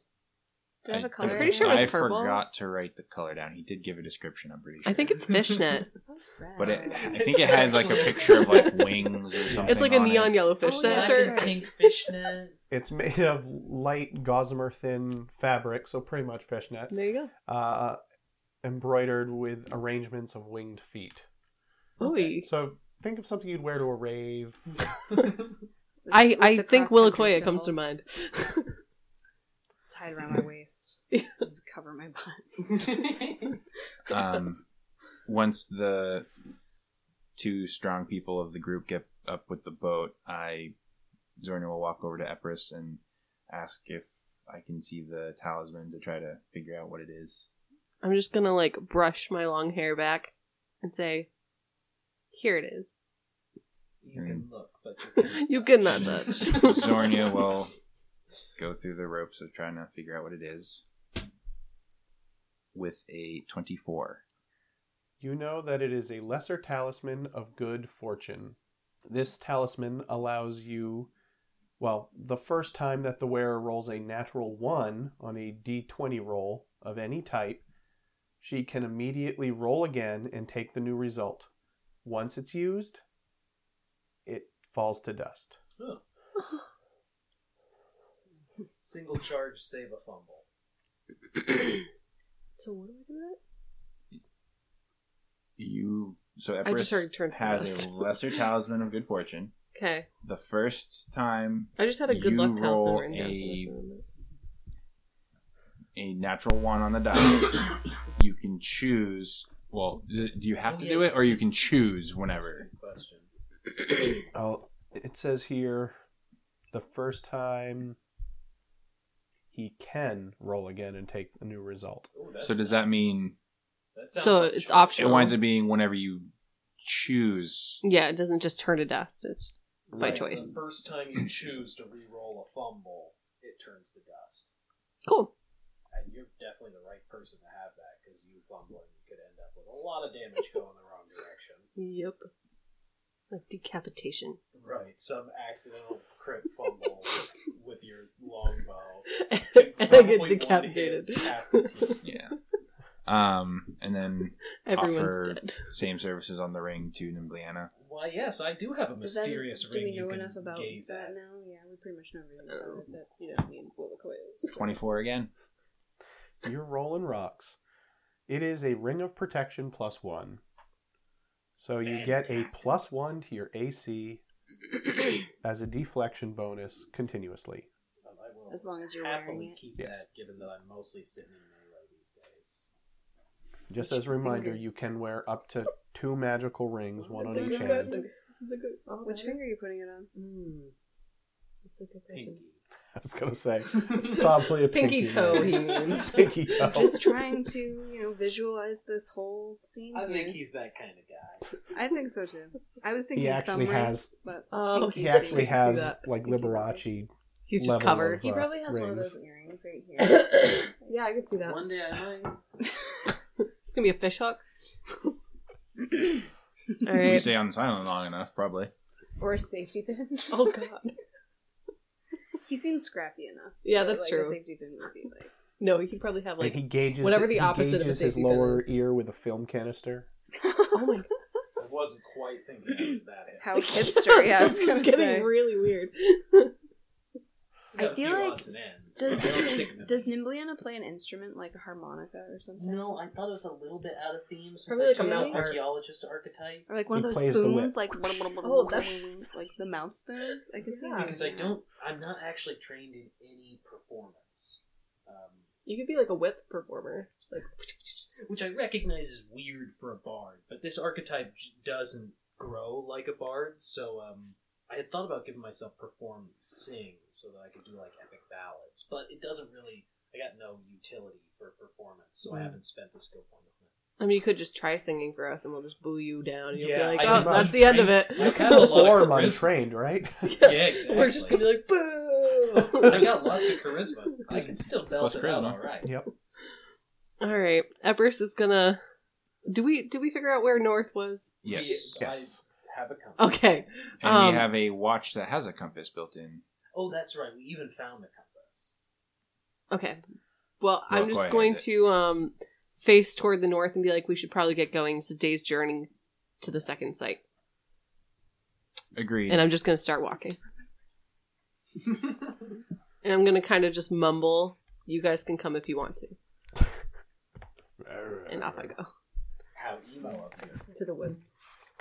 Speaker 3: Do I have a color?
Speaker 6: I'm pretty sure it was
Speaker 5: I
Speaker 6: purple.
Speaker 5: forgot to write the color down. He did give a description. I'm pretty sure.
Speaker 6: I think it's fishnet.
Speaker 3: That was red.
Speaker 5: but it, I
Speaker 4: It's
Speaker 5: think it had like a
Speaker 4: actually-
Speaker 5: picture of like wings or something.
Speaker 6: it's like a
Speaker 5: on it.
Speaker 6: neon yellow fishnet
Speaker 3: yeah, that's
Speaker 6: shirt.
Speaker 3: right.
Speaker 4: pink fishnet.
Speaker 2: It's made of light gossamer thin fabric, so pretty much fishnet,
Speaker 6: There you go.
Speaker 2: uh, embroidered with arrangements of winged feet.
Speaker 6: Oy.
Speaker 2: So think of something you'd wear to a rave.
Speaker 3: With-
Speaker 6: I,
Speaker 3: with
Speaker 6: I
Speaker 3: the
Speaker 6: think
Speaker 3: cross-country
Speaker 6: Willakoya comes to
Speaker 3: symbol
Speaker 6: mind.
Speaker 3: Tied around my waist. cover my butt.
Speaker 5: Um, once the two strong people of the group get up with the boat, I Zorna will walk over to Epirus and ask if I can see the talisman to try to figure out what it is.
Speaker 6: I'm just gonna like brush my long hair back and say, "Here it is.
Speaker 4: You
Speaker 5: Hmm.
Speaker 4: can look, but you can
Speaker 6: you cannot touch."
Speaker 5: Zornia will go through the ropes of trying to figure out what it is with a 24.
Speaker 2: You know that it is a lesser talisman of good fortune. This talisman allows you, well, the first time that the wearer rolls a natural 1 on a d20 roll of any type, she can immediately roll again and take the new result. Once it's used, it falls to dust.
Speaker 4: Huh. Single charge, save a fumble.
Speaker 6: so what do I do with it?
Speaker 5: You so
Speaker 6: I just heard
Speaker 5: Epirus
Speaker 6: it turns to
Speaker 5: has
Speaker 6: dust.
Speaker 5: a lesser talisman of good fortune.
Speaker 6: Okay,
Speaker 5: The first time
Speaker 6: I just had a good
Speaker 5: You
Speaker 6: luck talisman
Speaker 5: roll
Speaker 6: written down. so this
Speaker 5: a-
Speaker 6: one-
Speaker 5: a natural one on the die, you can choose. Well, th- do you have to do it, or you can
Speaker 4: Oh, That's
Speaker 5: choose
Speaker 4: a
Speaker 5: whenever?
Speaker 4: good question.
Speaker 2: Oh, it says here the first time he can roll again and take the new result.
Speaker 4: Ooh,
Speaker 5: So
Speaker 4: that's
Speaker 5: does that
Speaker 4: nice.
Speaker 5: mean
Speaker 4: That sounds
Speaker 6: So
Speaker 4: like
Speaker 6: it's
Speaker 4: charge.
Speaker 5: it
Speaker 6: optional.
Speaker 5: winds up being whenever you choose?
Speaker 6: Yeah, it doesn't just turn to dust. It's by
Speaker 4: Right,
Speaker 6: choice.
Speaker 4: The first time you choose to re-roll a fumble, it turns to dust.
Speaker 6: Cool.
Speaker 4: And you're definitely the right person to have that because you fumbling could end up with a lot of damage going the wrong direction.
Speaker 6: Yep. Like decapitation.
Speaker 4: Right, some accidental crit fumble with your longbow.
Speaker 6: and I
Speaker 4: Probably
Speaker 6: get
Speaker 4: one hit
Speaker 6: decapitated.
Speaker 4: half the team.
Speaker 5: Yeah. Um, and then
Speaker 6: Everyone's
Speaker 5: Offer-
Speaker 6: dead.
Speaker 5: same services on the ring to Nimbliana.
Speaker 4: Why, yes, I do have a
Speaker 3: Is that-
Speaker 4: mysterious
Speaker 3: do
Speaker 4: ring
Speaker 3: we know
Speaker 4: you can
Speaker 3: enough about
Speaker 4: gaze
Speaker 3: that
Speaker 4: at.
Speaker 3: now? Yeah, we pretty much know everything
Speaker 6: Oh.
Speaker 3: about it. That you don't need bullet coils.
Speaker 5: Twenty-four again.
Speaker 2: You're rolling rocks. It is a ring of protection plus one. So you get a
Speaker 4: Fantastic.
Speaker 2: plus one to your AC as a deflection bonus continuously.
Speaker 4: Um, I will
Speaker 3: As long as you're
Speaker 4: happily
Speaker 3: wearing it.
Speaker 4: keep
Speaker 2: Yes.
Speaker 4: that, given that I'm mostly sitting in melee these days.
Speaker 2: Just
Speaker 3: Which
Speaker 2: as a reminder,
Speaker 3: finger?
Speaker 2: you can wear up to two magical rings, one on each hand.
Speaker 6: oh,
Speaker 3: Which finger are you putting it on?
Speaker 4: Pinky.
Speaker 2: I was gonna say it's probably a pinky,
Speaker 6: Pinky toe,
Speaker 2: ring.
Speaker 6: he means.
Speaker 2: pinky toe.
Speaker 4: Oh.
Speaker 3: Just trying to, you know, visualize this whole scene.
Speaker 4: I think
Speaker 3: here.
Speaker 4: he's that kind of guy.
Speaker 3: I think so too. I was thinking
Speaker 2: actually
Speaker 3: thumb rings,
Speaker 2: has-
Speaker 3: but
Speaker 6: Oh,
Speaker 3: Pinky
Speaker 2: he
Speaker 3: Let's
Speaker 2: actually
Speaker 3: do that.
Speaker 2: has like Liberace.
Speaker 6: He's just
Speaker 2: level of,
Speaker 6: covered.
Speaker 2: uh, rings.
Speaker 3: earrings right here.
Speaker 6: yeah, I could see
Speaker 4: One day I might.
Speaker 6: It's gonna be a fish hook. All
Speaker 5: If we
Speaker 6: right.
Speaker 5: stay on silent long enough, probably.
Speaker 3: or a safety pin.
Speaker 6: Oh god.
Speaker 3: he seems scrappy enough.
Speaker 6: Yeah,
Speaker 3: But,
Speaker 6: that's
Speaker 3: like, A
Speaker 6: true.
Speaker 3: safety pin would be like
Speaker 6: No, he probably have
Speaker 2: Like he
Speaker 6: like.
Speaker 2: gauges
Speaker 6: whatever the
Speaker 2: he
Speaker 6: opposite of a
Speaker 2: gauges his
Speaker 6: safety pin
Speaker 2: lower
Speaker 6: is.
Speaker 2: ear with a film canister.
Speaker 6: Oh my god.
Speaker 4: I wasn't quite thinking it was that.
Speaker 3: how hipster. Yeah, I was
Speaker 6: This is
Speaker 3: gonna
Speaker 6: getting
Speaker 3: say.
Speaker 6: really weird.
Speaker 3: I feel like-
Speaker 4: Odds and ends,
Speaker 3: does
Speaker 4: but I don't stick with
Speaker 3: does
Speaker 4: it.
Speaker 3: Nimbliana play an instrument like a harmonica or something?
Speaker 4: No, I thought it was a little bit out of theme. Since
Speaker 6: Probably
Speaker 4: I
Speaker 6: like a
Speaker 4: took
Speaker 6: mouth
Speaker 4: an
Speaker 6: harp.
Speaker 4: archaeologist archetype.
Speaker 3: Or like one
Speaker 2: He
Speaker 3: of those
Speaker 2: plays the
Speaker 3: spoons,
Speaker 2: whip.
Speaker 3: like
Speaker 6: Oh, that's-
Speaker 3: like the mouth spoons. I could see
Speaker 6: Yeah.
Speaker 3: him
Speaker 4: Because I
Speaker 3: doing that.
Speaker 4: don't, I'm not actually trained in any performance, um,
Speaker 6: You could be like a whip performer. Like
Speaker 4: which I recognize is weird for a bard. But this archetype j- doesn't grow like a bard, so um, I had thought about giving myself perform sing so that I could do like epic ballads, but it doesn't really. I got no utility for performance, so I
Speaker 6: Mm.
Speaker 4: haven't spent the skill point on it.
Speaker 6: I mean, you could just try singing for us, and we'll just boo you down. and You'll
Speaker 4: Yeah,
Speaker 6: be like,
Speaker 2: I
Speaker 6: oh,
Speaker 2: can-
Speaker 6: that's the end of it.
Speaker 4: You can
Speaker 2: Kind of
Speaker 4: A lot of
Speaker 2: form
Speaker 4: charisma.
Speaker 2: untrained, right?
Speaker 4: Yeah, exactly.
Speaker 6: We're just gonna be like, boo.
Speaker 4: I got lots of charisma. I can still belt
Speaker 5: Plus
Speaker 4: it out
Speaker 5: charisma.
Speaker 4: all right.
Speaker 2: yep.
Speaker 6: All right, Epirus is gonna. Do we did we figure out where North was?
Speaker 5: Yes.
Speaker 4: Yeah.
Speaker 2: Yes.
Speaker 4: Have a compass.
Speaker 6: Okay,
Speaker 5: And
Speaker 6: Um,
Speaker 5: we have a watch that has a compass built in.
Speaker 4: Oh, that's right. We even found the compass.
Speaker 6: okay. Well, I'm
Speaker 5: Not
Speaker 6: just
Speaker 5: quite,
Speaker 6: going
Speaker 5: is
Speaker 6: to um face toward the north and be like, we should probably get going. It's a day's journey to the second site,
Speaker 5: Agreed.
Speaker 6: and I'm just gonna start walking. and I'm gonna kind of just mumble. You guys can come if you want to, and off I go
Speaker 4: How emo up here.
Speaker 6: to the woods,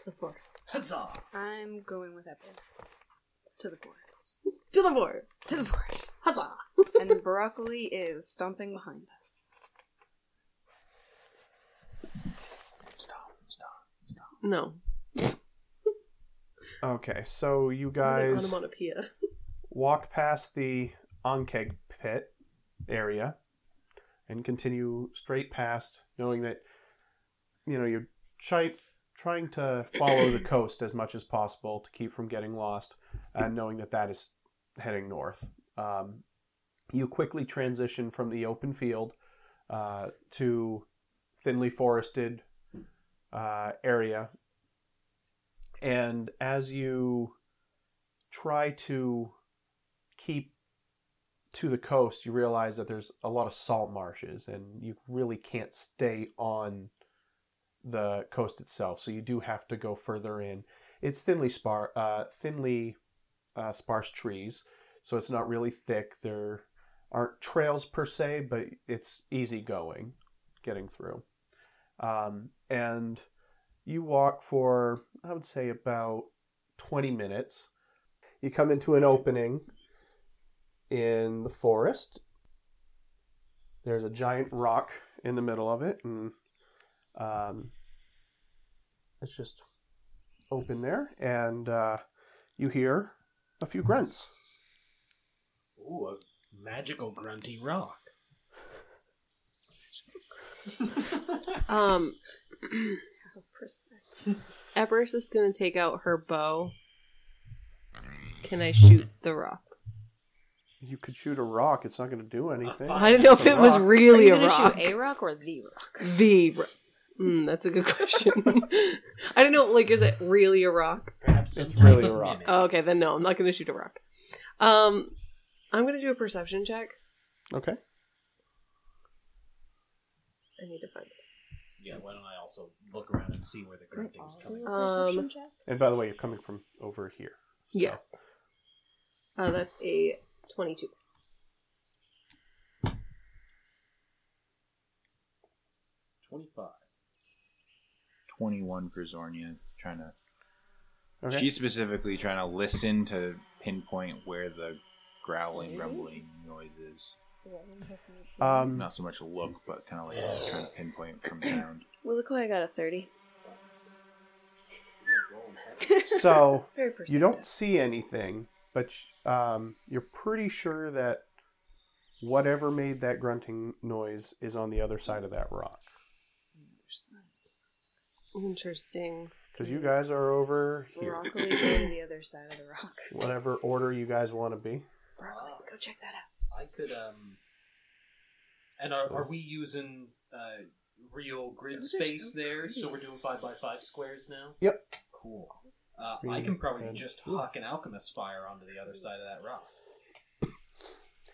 Speaker 6: the forest,
Speaker 4: Huzzah!
Speaker 3: I'm going with Epis to the forest.
Speaker 6: to the forest.
Speaker 3: To the forest.
Speaker 6: Huzzah!
Speaker 3: and broccoli is stomping behind us.
Speaker 5: Stop. Stop.
Speaker 6: No,
Speaker 2: Okay, so you
Speaker 6: it's not an
Speaker 2: guys
Speaker 6: onomatopoeia.
Speaker 2: walk past the Ankeg pit area and continue straight past, knowing that you know you're try, trying to follow the coast as much as possible to keep from getting lost, and knowing that that is heading north. Um, you quickly transition from the open field uh, to thinly forested uh, area, and as you try to keep to the coast, you realize that there's a lot of salt marshes, and you really can't stay on the coast itself. So you do have to go further in. It's thinly spar, uh, thinly uh, sparse trees, so it's not really thick. There aren't trails per se, but it's easy going, getting through. Um, and you walk for I would say about twenty minutes. You come into an opening in the forest. There's a giant rock in the middle of it, and um, it's just open there. And uh, you hear a few grunts.
Speaker 4: Ooh, a magical grunty rock.
Speaker 6: Um,
Speaker 3: How precise.
Speaker 6: Everest is gonna take out her bow. Can I shoot the rock?
Speaker 2: You could shoot a rock; it's not going to do anything.
Speaker 6: I didn't know if
Speaker 2: It's a
Speaker 6: it was
Speaker 2: rock.
Speaker 6: really
Speaker 3: Are
Speaker 6: a
Speaker 3: you gonna
Speaker 6: rock.
Speaker 3: shoot a rock or the rock?
Speaker 6: The. Ro- mm, that's a good question. I don't know. Like, is it really a rock?
Speaker 4: Perhaps some
Speaker 2: It's
Speaker 4: type
Speaker 2: really
Speaker 4: of
Speaker 2: a rock.
Speaker 4: mimic.
Speaker 6: Oh, okay, then no, I'm not gonna shoot a rock. Um, I'm gonna do a perception check.
Speaker 2: Okay.
Speaker 6: I need to find it.
Speaker 4: Yeah, why don't I also look around and see where the grunting's coming from?
Speaker 6: Um,
Speaker 3: check?
Speaker 2: And by the way, you're coming from over here.
Speaker 6: Yes. Uh, that's a 22.
Speaker 4: Twenty-five.
Speaker 5: 21 for Zornia, trying to
Speaker 2: Okay.
Speaker 5: She's specifically trying to listen to pinpoint where the growling, rumbling noise is.
Speaker 2: Um,
Speaker 5: Not so much look, but kind of like trying to pinpoint from sound.
Speaker 3: Willicoy got a 30.
Speaker 2: so
Speaker 3: Very
Speaker 2: you don't see anything, but um, you're pretty sure that whatever made that grunting noise is on the other side of that rock.
Speaker 6: Interesting.
Speaker 2: Because you guys are over here.
Speaker 3: Broccoli go to the other side of the rock.
Speaker 2: Whatever order you guys want to be.
Speaker 3: Broccoli, go check that out.
Speaker 4: I could um. And are,
Speaker 2: So-
Speaker 4: are we using uh, real grid
Speaker 3: Those are so
Speaker 4: space there?
Speaker 3: pretty.
Speaker 4: So we're doing five by five squares now.
Speaker 2: Yep.
Speaker 4: Cool. Uh, I
Speaker 2: Three
Speaker 4: can probably
Speaker 2: and-
Speaker 4: just huck an alchemist fire onto the other side of that rock.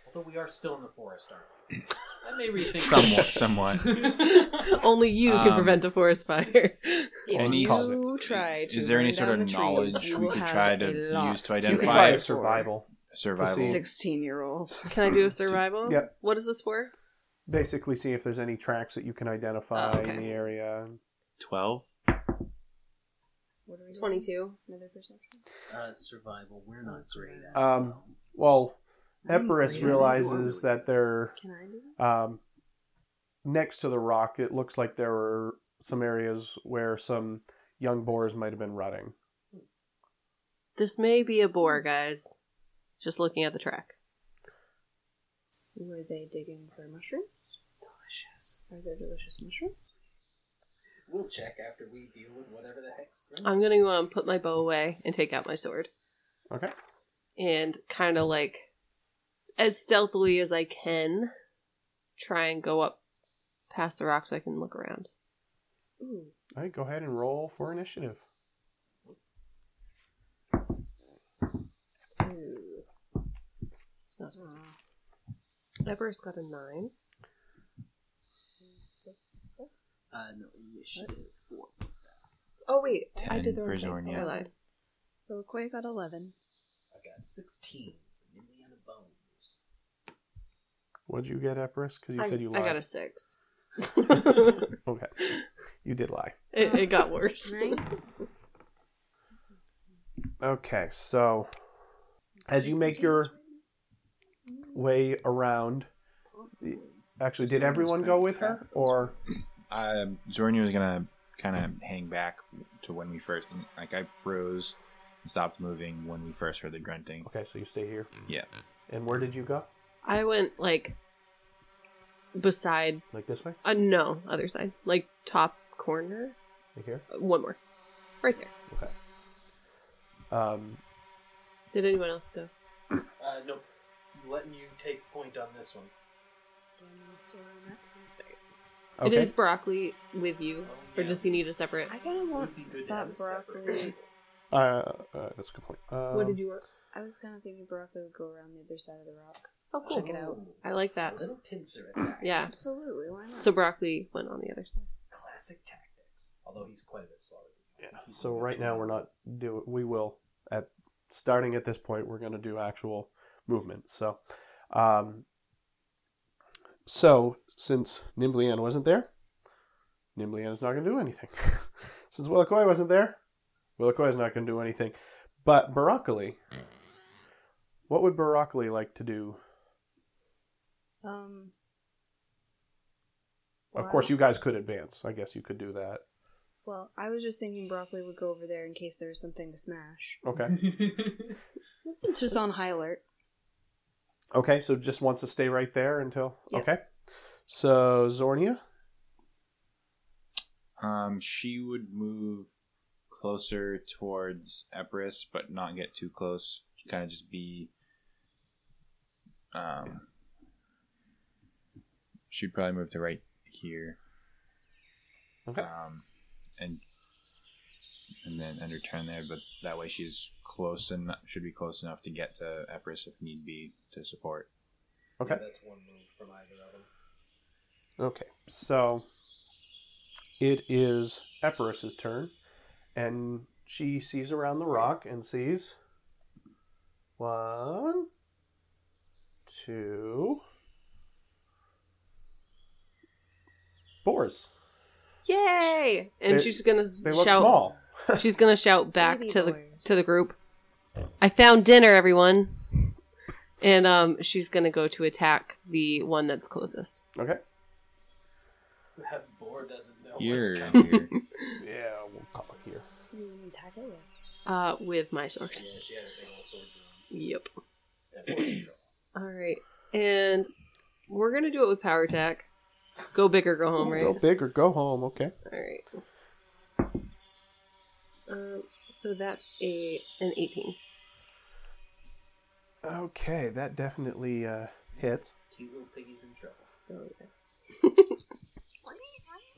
Speaker 4: Although we are still in the forest, aren't we? I may rethink.
Speaker 5: Somewhat, somewhat.
Speaker 4: Uh,
Speaker 6: Only you can
Speaker 5: Um,
Speaker 6: prevent a forest fire.
Speaker 3: If
Speaker 2: Any-
Speaker 3: you try to
Speaker 5: Is there any
Speaker 3: burn
Speaker 5: sort
Speaker 3: down
Speaker 5: of
Speaker 3: the
Speaker 5: knowledge
Speaker 3: trees, you
Speaker 5: we
Speaker 3: will
Speaker 5: could
Speaker 3: have
Speaker 5: try
Speaker 3: a
Speaker 5: to
Speaker 3: lot
Speaker 5: use to
Speaker 2: You
Speaker 5: identify
Speaker 2: can try
Speaker 3: it for-
Speaker 2: survival.
Speaker 5: survival?
Speaker 2: see.
Speaker 3: 16 year old.
Speaker 6: Can I do a survival?
Speaker 2: Yep.
Speaker 6: What is this for?
Speaker 2: Basically, see if there's any tracks that you can identify
Speaker 6: Oh, okay.
Speaker 2: in the area.
Speaker 5: 12?
Speaker 3: What are we doing?
Speaker 6: 22.
Speaker 3: Another perception?
Speaker 4: Uh, survival. We're not great at.
Speaker 2: Um, well,
Speaker 3: I'm
Speaker 2: Epirus
Speaker 3: great.
Speaker 2: realizes that they're
Speaker 3: Can I do that?
Speaker 2: um, next to the rock. It looks like there were some areas where some young boars might have been rutting.
Speaker 6: This may be a boar, guys. Just looking at the track.
Speaker 3: Were they digging for mushrooms?
Speaker 4: Delicious.
Speaker 3: Are there delicious mushrooms?
Speaker 4: We'll check after we deal with whatever the heck's going
Speaker 6: I'm going to um, put my bow away and take out my sword.
Speaker 2: Okay.
Speaker 6: And kind of like, as stealthily as I can, try and go up past the rock so I can look around.
Speaker 3: Ooh,
Speaker 2: All right, go ahead and roll for initiative.
Speaker 3: ooh.
Speaker 6: It's not easy. Everest Uh, got a nine.
Speaker 3: What's this?
Speaker 4: Uh, no, initiative four. What's that?
Speaker 3: Oh wait, I
Speaker 5: 10
Speaker 3: did the
Speaker 5: for
Speaker 3: wrong thing.
Speaker 5: Zornia.
Speaker 6: I lied.
Speaker 3: So Okoye got 11.
Speaker 4: I got sixteen. Million of bones.
Speaker 2: What'd you get, Epirus? Because you
Speaker 6: I,
Speaker 2: said you
Speaker 6: I
Speaker 2: lied.
Speaker 6: got a six.
Speaker 2: Okay, you did lie.
Speaker 6: It, it got worse.
Speaker 2: Okay, so as you make your way around, actually, did
Speaker 5: Someone's
Speaker 2: everyone go with her, or
Speaker 5: Um, Zornia was going to kind of hang back to when we first. Like, I froze and stopped moving when we first heard the grunting.
Speaker 2: okay? So you stay here.
Speaker 5: Yeah.
Speaker 2: And where did you go?
Speaker 6: I went like beside.
Speaker 2: Like this way?
Speaker 6: Uh, no, other side. Like top corner.
Speaker 2: Like here?
Speaker 6: Uh, One more. Right there.
Speaker 2: Okay. Um,
Speaker 6: Did anyone else go?
Speaker 4: Uh, nope. Letting you take point on this one.
Speaker 6: It
Speaker 2: okay.
Speaker 6: is broccoli with you, or does he need a separate?
Speaker 3: I kind of want
Speaker 4: Oh, Would be good to have
Speaker 3: that
Speaker 4: a separate-
Speaker 3: broccoli.
Speaker 2: Uh, uh, that's a good point. Um,
Speaker 6: what did you work?
Speaker 3: I was kind of thinking broccoli would go around the other side of the rock.
Speaker 6: Oh, cool.
Speaker 3: Check it out. Uh,
Speaker 4: Ooh,
Speaker 6: I like that.
Speaker 4: A little pincer attack.
Speaker 6: Yeah.
Speaker 3: Absolutely, why not?
Speaker 6: So broccoli went on the other side.
Speaker 4: Classic tactics. Although he's quite a bit slower.
Speaker 2: Yeah. So right now we're not do. We will at starting at this point. We're going to do actual movement. So, um, so since Nimblian wasn't there, Nimblian is not going to do anything. since Willikoi wasn't there, Willikoi is not going to do anything. But Broccoli, what would Broccoli like to do?
Speaker 3: Um.
Speaker 2: Of course, you guys could advance. I guess you could do that.
Speaker 3: Well, I was just thinking broccoli would go over there in case there was something to smash.
Speaker 2: Okay.
Speaker 4: Mm-hmm.
Speaker 3: It's just on high alert.
Speaker 2: Okay, so just wants to stay right there until.
Speaker 6: Yeah.
Speaker 2: Okay. So, Zornia?
Speaker 5: Um, she would move closer towards Epirus, but not get too close. Kind of just be. Um, she'd probably move to right here.
Speaker 2: Okay.
Speaker 5: Um, and and then end her turn there, but that way she's close enough. Should be close enough to get to Epirus if need be to support.
Speaker 2: Okay.
Speaker 4: that's one move from either of them.
Speaker 2: Okay, so it is Epirus's turn, and she sees around the rock and sees one, two, boars.
Speaker 6: Yay! And
Speaker 2: They-
Speaker 6: she's gonna
Speaker 2: They
Speaker 6: shout.
Speaker 2: look small.
Speaker 6: She's gonna shout back
Speaker 3: Baby
Speaker 6: to the
Speaker 3: boys.
Speaker 6: to the group. I found dinner, everyone. And um, she's gonna go to attack the one that's closest.
Speaker 2: Okay.
Speaker 4: That boar doesn't know what's
Speaker 5: Here,
Speaker 4: coming.
Speaker 5: here.
Speaker 2: Yeah, we'll call it here.
Speaker 3: You can attack it with.
Speaker 6: Uh, with my sword.
Speaker 4: Yeah, she had a big old sword drawn.
Speaker 6: Yep.
Speaker 4: That boar's a draw.
Speaker 6: All right, and we're gonna do it with power attack. Go big or go home, right?
Speaker 2: Go big or go home. Okay.
Speaker 6: All right. Um, so that's a an eighteen.
Speaker 2: Okay, that definitely uh, hits.
Speaker 4: Cute little piggy's in trouble.
Speaker 6: Oh, yeah.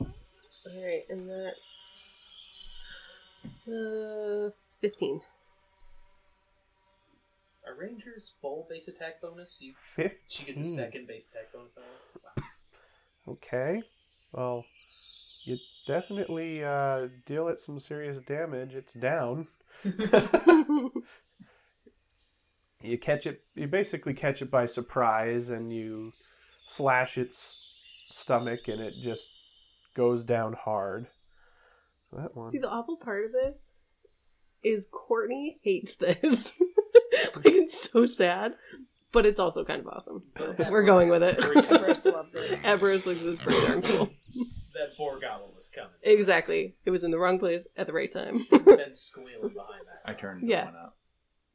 Speaker 6: All right, and that's uh fifteen.
Speaker 4: Are Rangers full base attack bonus? You,
Speaker 2: Fifteen.
Speaker 4: she gets a second base attack bonus Oh, on it. Wow.
Speaker 2: Okay. Well, you definitely uh, deal it some serious damage. It's down. You catch it. You basically catch it by surprise, and you slash its stomach, and it just goes down hard. So that one.
Speaker 6: See, the awful part of this is Courtney hates this. like, it's so sad, but it's also kind of awesome. So
Speaker 4: That
Speaker 6: we're
Speaker 4: works.
Speaker 6: going with it.
Speaker 4: Pretty good.
Speaker 3: Everest loves it.
Speaker 6: Everest looks is pretty darn cool.
Speaker 4: That boar goblin was coming.
Speaker 6: Exactly. It was in the wrong place at the right time.
Speaker 4: It's been squealing behind that.
Speaker 5: I turned
Speaker 6: Yeah.
Speaker 5: one up.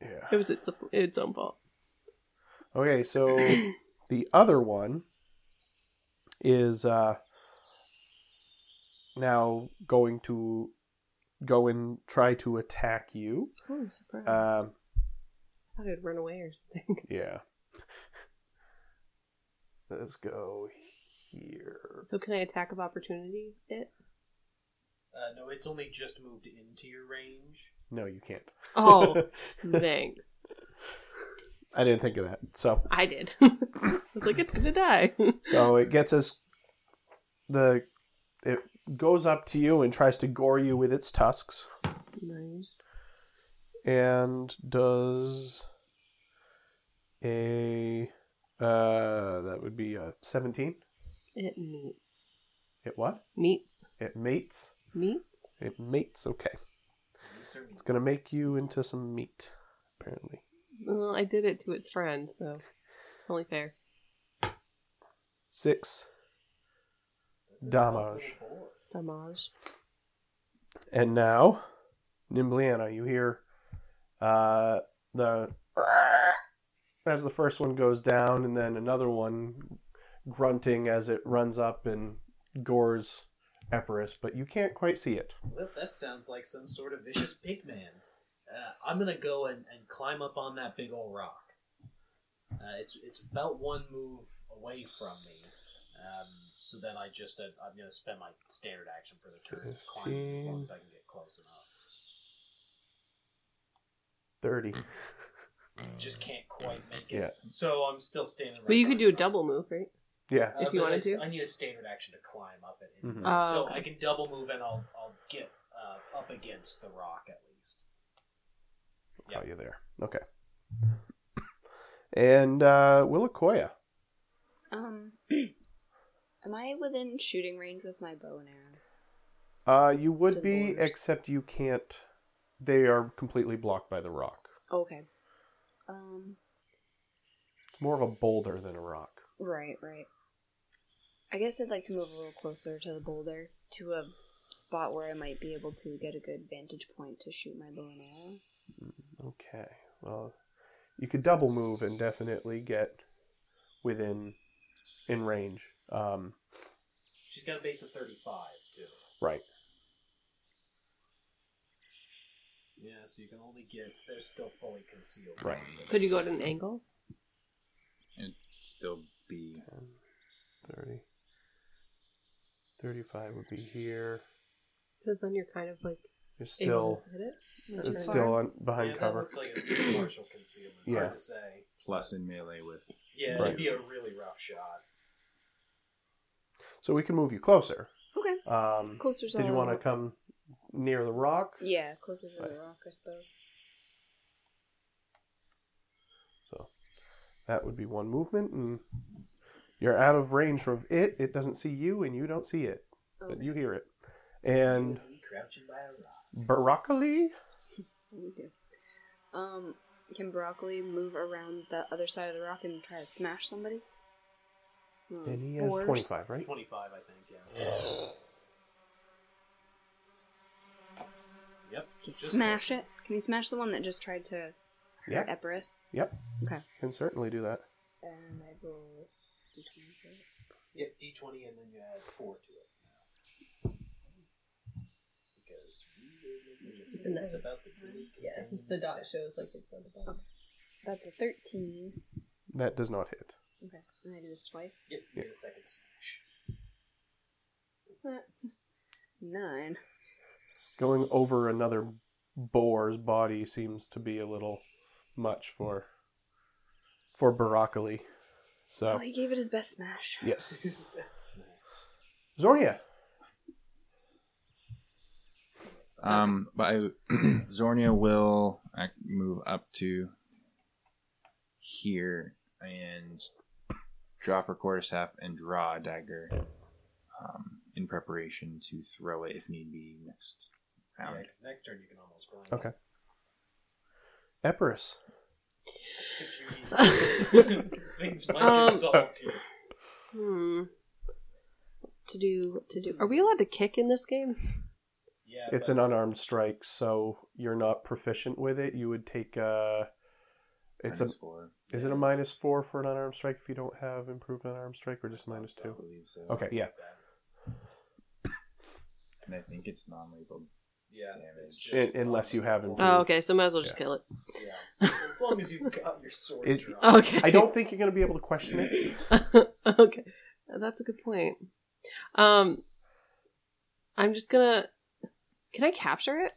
Speaker 2: Yeah.
Speaker 6: it was its, its own fault.
Speaker 2: Okay, so the other one is uh, now going to go and try to attack you.
Speaker 6: Oh, I'm surprised.
Speaker 2: Um,
Speaker 6: I thought it'd run away or something.
Speaker 2: Yeah. Let's go here.
Speaker 6: So can I attack of opportunity it?
Speaker 4: Uh, no, it's only just moved into your range.
Speaker 2: No, you can't.
Speaker 6: Oh, thanks.
Speaker 2: I didn't think of that. So,
Speaker 6: I did. I was like, it's gonna die.
Speaker 2: so it gets us the it goes up to you and tries to gore you with its tusks
Speaker 6: nice.
Speaker 2: and does a uh that would be a 17.
Speaker 6: It meets.
Speaker 2: It what?
Speaker 6: Meets.
Speaker 2: It mates.
Speaker 6: Meets?
Speaker 2: It mates. Okay.
Speaker 4: It's her-
Speaker 2: It's going to make you into some meat apparently.
Speaker 6: Well, I did it to its friend, so it's only fair.
Speaker 2: 6
Speaker 4: it's a
Speaker 2: damage.
Speaker 4: little boar.
Speaker 6: Damage.
Speaker 2: And now, Nimbliana, you hear uh, the as the first one goes down, and then another one grunting as it runs up and gores Epirus, but you can't quite see it.
Speaker 4: Well, that sounds like some sort of vicious pig man. Uh, I'm gonna go and, and climb up on that big old rock. Uh, it's it's about one move away from me, um, so then I just uh, I'm gonna spend my standard action for the turn climbing as long as I can get close enough.
Speaker 2: 30.
Speaker 4: Just can't quite make it.
Speaker 2: Yeah.
Speaker 4: So I'm still standing. Right
Speaker 6: But you could do a
Speaker 4: behind.
Speaker 6: double move, right?
Speaker 2: Yeah.
Speaker 6: if you
Speaker 4: but I
Speaker 6: wanted
Speaker 4: s-
Speaker 6: to.
Speaker 4: I need a standard action to climb up it,
Speaker 2: Mhm.
Speaker 6: Oh,
Speaker 4: so
Speaker 6: okay.
Speaker 4: I can double move and I'll I'll get uh, up against the rock at least.
Speaker 2: I'll call you Oh, there. Okay. And uh, Willakoya.
Speaker 3: Um, am I within shooting range with my bow and arrow?
Speaker 2: Uh, you would
Speaker 3: Good
Speaker 2: be,
Speaker 3: lord.
Speaker 2: except you can't. They are completely blocked by the rock.
Speaker 3: Okay. Um,
Speaker 2: It's more of a boulder than a rock.
Speaker 3: right, right. I guess I'd like to move a little closer to the boulder to a spot where I might be able to get a good vantage point to shoot my bow and arrow.
Speaker 2: Okay. Well, you could double move and definitely get within in range. Um,
Speaker 4: She's got a base of 35 too.
Speaker 2: right.
Speaker 4: Yeah, so you can only get they're still fully concealed.
Speaker 2: Right.
Speaker 6: Could you go at an angle?
Speaker 5: Still be
Speaker 2: 10, 30. 35 would be here.
Speaker 6: Because then you're kind of like
Speaker 2: You're
Speaker 6: able
Speaker 2: still
Speaker 6: to hit it. Like,
Speaker 2: it's
Speaker 6: you're-
Speaker 2: still on, behind
Speaker 4: Yeah, that
Speaker 2: cover.
Speaker 4: looks like a partial concealment.
Speaker 2: Yeah.
Speaker 4: Hard to say.
Speaker 5: plus in melee with.
Speaker 4: Yeah,
Speaker 2: Right.
Speaker 4: it'd be a really rough shot.
Speaker 2: So we can move you closer.
Speaker 3: Okay,
Speaker 2: Um,
Speaker 3: closer's
Speaker 2: did you
Speaker 3: all I
Speaker 2: want to come near the rock?
Speaker 3: Yeah, closer to the rock, I suppose.
Speaker 2: So that would be one movement, and you're out of range of it. It doesn't see you, and you don't see it, but
Speaker 3: Okay.
Speaker 2: you hear it. And
Speaker 4: crouching by a rock.
Speaker 2: broccoli.
Speaker 3: We do. Um, can broccoli move around the other side of the rock and try to smash somebody? One of
Speaker 2: And
Speaker 3: those
Speaker 2: he has
Speaker 3: boars?
Speaker 2: 25, right?
Speaker 4: 25, I think. Yeah. yep.
Speaker 3: Can he
Speaker 4: Just-
Speaker 3: smash it? Can he smash the one that just tried to hurt
Speaker 2: Yeah.
Speaker 3: Epirus?
Speaker 2: Yep.
Speaker 3: Okay.
Speaker 2: Can certainly do that.
Speaker 3: And I roll d20 for it.
Speaker 4: Yep, D20, and then you add four to it. Because we were just
Speaker 7: Nice.
Speaker 4: about the druid
Speaker 7: Yeah,
Speaker 4: companion
Speaker 7: the dot
Speaker 4: stats.
Speaker 7: shows like it's on the bottom.
Speaker 3: That's a 13.
Speaker 2: That does not hit.
Speaker 3: Okay. And I do this twice.
Speaker 4: Yep, you get a second smash.
Speaker 3: Nine.
Speaker 2: Going over another boar's body seems to be a little much for for broccoli.
Speaker 3: Oh,
Speaker 2: So
Speaker 3: he gave it his best smash.
Speaker 2: yes,
Speaker 4: Smash.
Speaker 2: Zornia.
Speaker 5: Um, but I, Zornia will ac- move up to here and drop her quarterstaff and draw a dagger um, in preparation to throw it if need be next
Speaker 4: Yeah,
Speaker 5: round.
Speaker 4: 'cause next turn you can almost grind.
Speaker 2: Okay. Epirus.
Speaker 4: If you need. Things might
Speaker 6: Um,
Speaker 4: get solved here.
Speaker 6: Hmm. What To do, what to do. Are we allowed to kick in this game?
Speaker 4: Yeah,
Speaker 2: It's
Speaker 4: but
Speaker 2: an unarmed strike, so you're not proficient with it. You would take uh it's a
Speaker 5: Minus four.
Speaker 2: is it a minus four for an unarmed strike if you don't have improved unarmed strike or just minus
Speaker 5: I
Speaker 2: two?
Speaker 5: believe so.
Speaker 2: Okay, yeah.
Speaker 5: And I think it's non-lethal.
Speaker 4: Yeah,
Speaker 5: Damn
Speaker 4: it's
Speaker 5: it.
Speaker 4: just
Speaker 2: Un- unless you have improved.
Speaker 6: Oh, okay. So might as well just
Speaker 2: Yeah.
Speaker 6: kill it.
Speaker 4: Yeah, as long as you've got your sword
Speaker 2: It-
Speaker 4: drawn.
Speaker 6: Okay.
Speaker 2: I don't think you're gonna be able to question it.
Speaker 6: okay, that's a good point. Um, I'm just gonna. Can I capture it?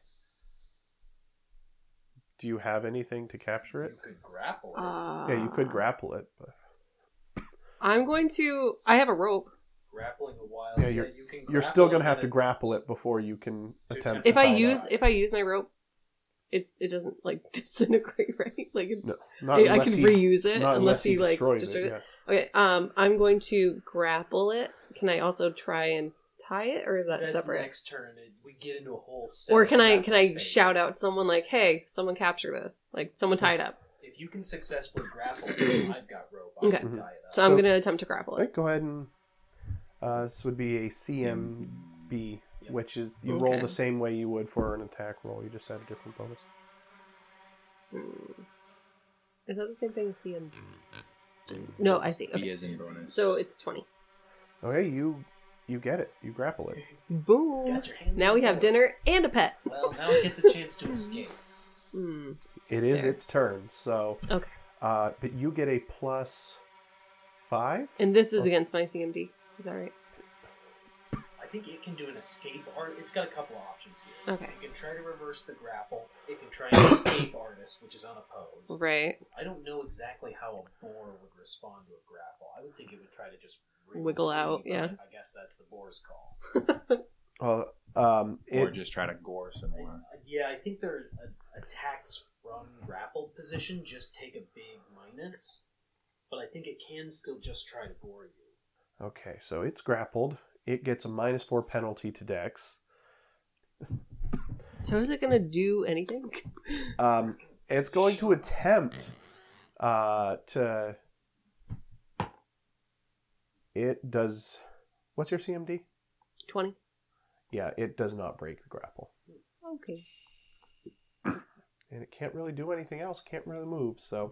Speaker 2: Do you have anything to capture it?
Speaker 4: You could grapple. it.
Speaker 6: Uh,
Speaker 2: Yeah, you could grapple it, but
Speaker 6: I'm going to. I have a rope.
Speaker 4: Grappling a wild.
Speaker 2: Yeah, you're-
Speaker 4: you can
Speaker 2: you're still
Speaker 4: grapple
Speaker 2: gonna
Speaker 4: it,
Speaker 2: have to
Speaker 4: and
Speaker 2: grapple it before you can
Speaker 4: To
Speaker 2: attempt.
Speaker 4: attempt
Speaker 2: to
Speaker 6: If
Speaker 2: tie
Speaker 6: I
Speaker 2: it
Speaker 6: use
Speaker 2: up.
Speaker 6: if I use my rope, it's it doesn't like disintegrate, right? Like it's.
Speaker 2: No, not
Speaker 6: I, I
Speaker 2: unless
Speaker 6: can
Speaker 2: he-
Speaker 6: reuse it
Speaker 2: not
Speaker 6: unless, he like
Speaker 2: destroys
Speaker 6: destroys
Speaker 2: it.
Speaker 6: it.
Speaker 2: yeah.
Speaker 6: Okay, um, I'm going to grapple it. Can I also try and tie it, or is that
Speaker 4: That's
Speaker 6: separate?
Speaker 4: next turn. It, we get into a whole. Set
Speaker 6: Or
Speaker 4: of
Speaker 6: can I
Speaker 4: grappling
Speaker 6: can I
Speaker 4: phases.
Speaker 6: shout out someone like, "Hey, someone capture this! Like someone tie it up."
Speaker 4: If you can successfully grapple, it, I've got rope. I
Speaker 6: Okay.
Speaker 4: can tie it up.
Speaker 6: So I'm
Speaker 2: So-
Speaker 6: gonna attempt to grapple
Speaker 2: All
Speaker 6: it.
Speaker 2: right, go ahead and uh, this would be a CMB,
Speaker 4: Yep.
Speaker 2: which is you roll
Speaker 6: Okay.
Speaker 2: the same way you would for an attack roll. You just add a different bonus.
Speaker 6: Hmm. Is that the same thing as CMD? No, I see.
Speaker 5: B
Speaker 6: Okay.
Speaker 5: is in bonus.
Speaker 6: So it's 20.
Speaker 2: Okay, you you get it. You grapple it.
Speaker 6: Boom.
Speaker 4: Got your hands
Speaker 6: Now
Speaker 4: on
Speaker 6: we
Speaker 4: the
Speaker 6: have
Speaker 4: board.
Speaker 6: dinner and a pet.
Speaker 4: Well, now it gets a chance to escape.
Speaker 6: Hmm.
Speaker 2: It is
Speaker 6: There.
Speaker 2: its turn. So,
Speaker 6: Okay.
Speaker 2: uh, but you get a plus five.
Speaker 6: And this is against my CMD. Is that right?
Speaker 4: I think it can do an escape art. It's got a couple options here.
Speaker 6: Okay.
Speaker 4: It can try to reverse the grapple. It can try an escape artist, which is unopposed.
Speaker 6: Right.
Speaker 4: I don't know exactly how a boar would respond to a grapple. I would think it would try to just
Speaker 6: Wiggle out,
Speaker 4: free,
Speaker 6: yeah.
Speaker 4: but I guess that's the boar's call.
Speaker 2: Uh, um,
Speaker 5: or
Speaker 2: it-
Speaker 5: just try to gore someone.
Speaker 4: Uh, Yeah, I think their uh, attacks from grappled position just take a big minus, but I think it can still just try to bore you.
Speaker 2: okay, so it's grappled. It gets a minus four penalty to Dex.
Speaker 6: So is it going to do anything?
Speaker 2: Um, it's going to attempt uh, to. It does. What's your CMD?
Speaker 6: 20.
Speaker 2: Yeah, it does not break the grapple,
Speaker 6: Okay.
Speaker 2: and it can't really do anything else. Can't really move. So,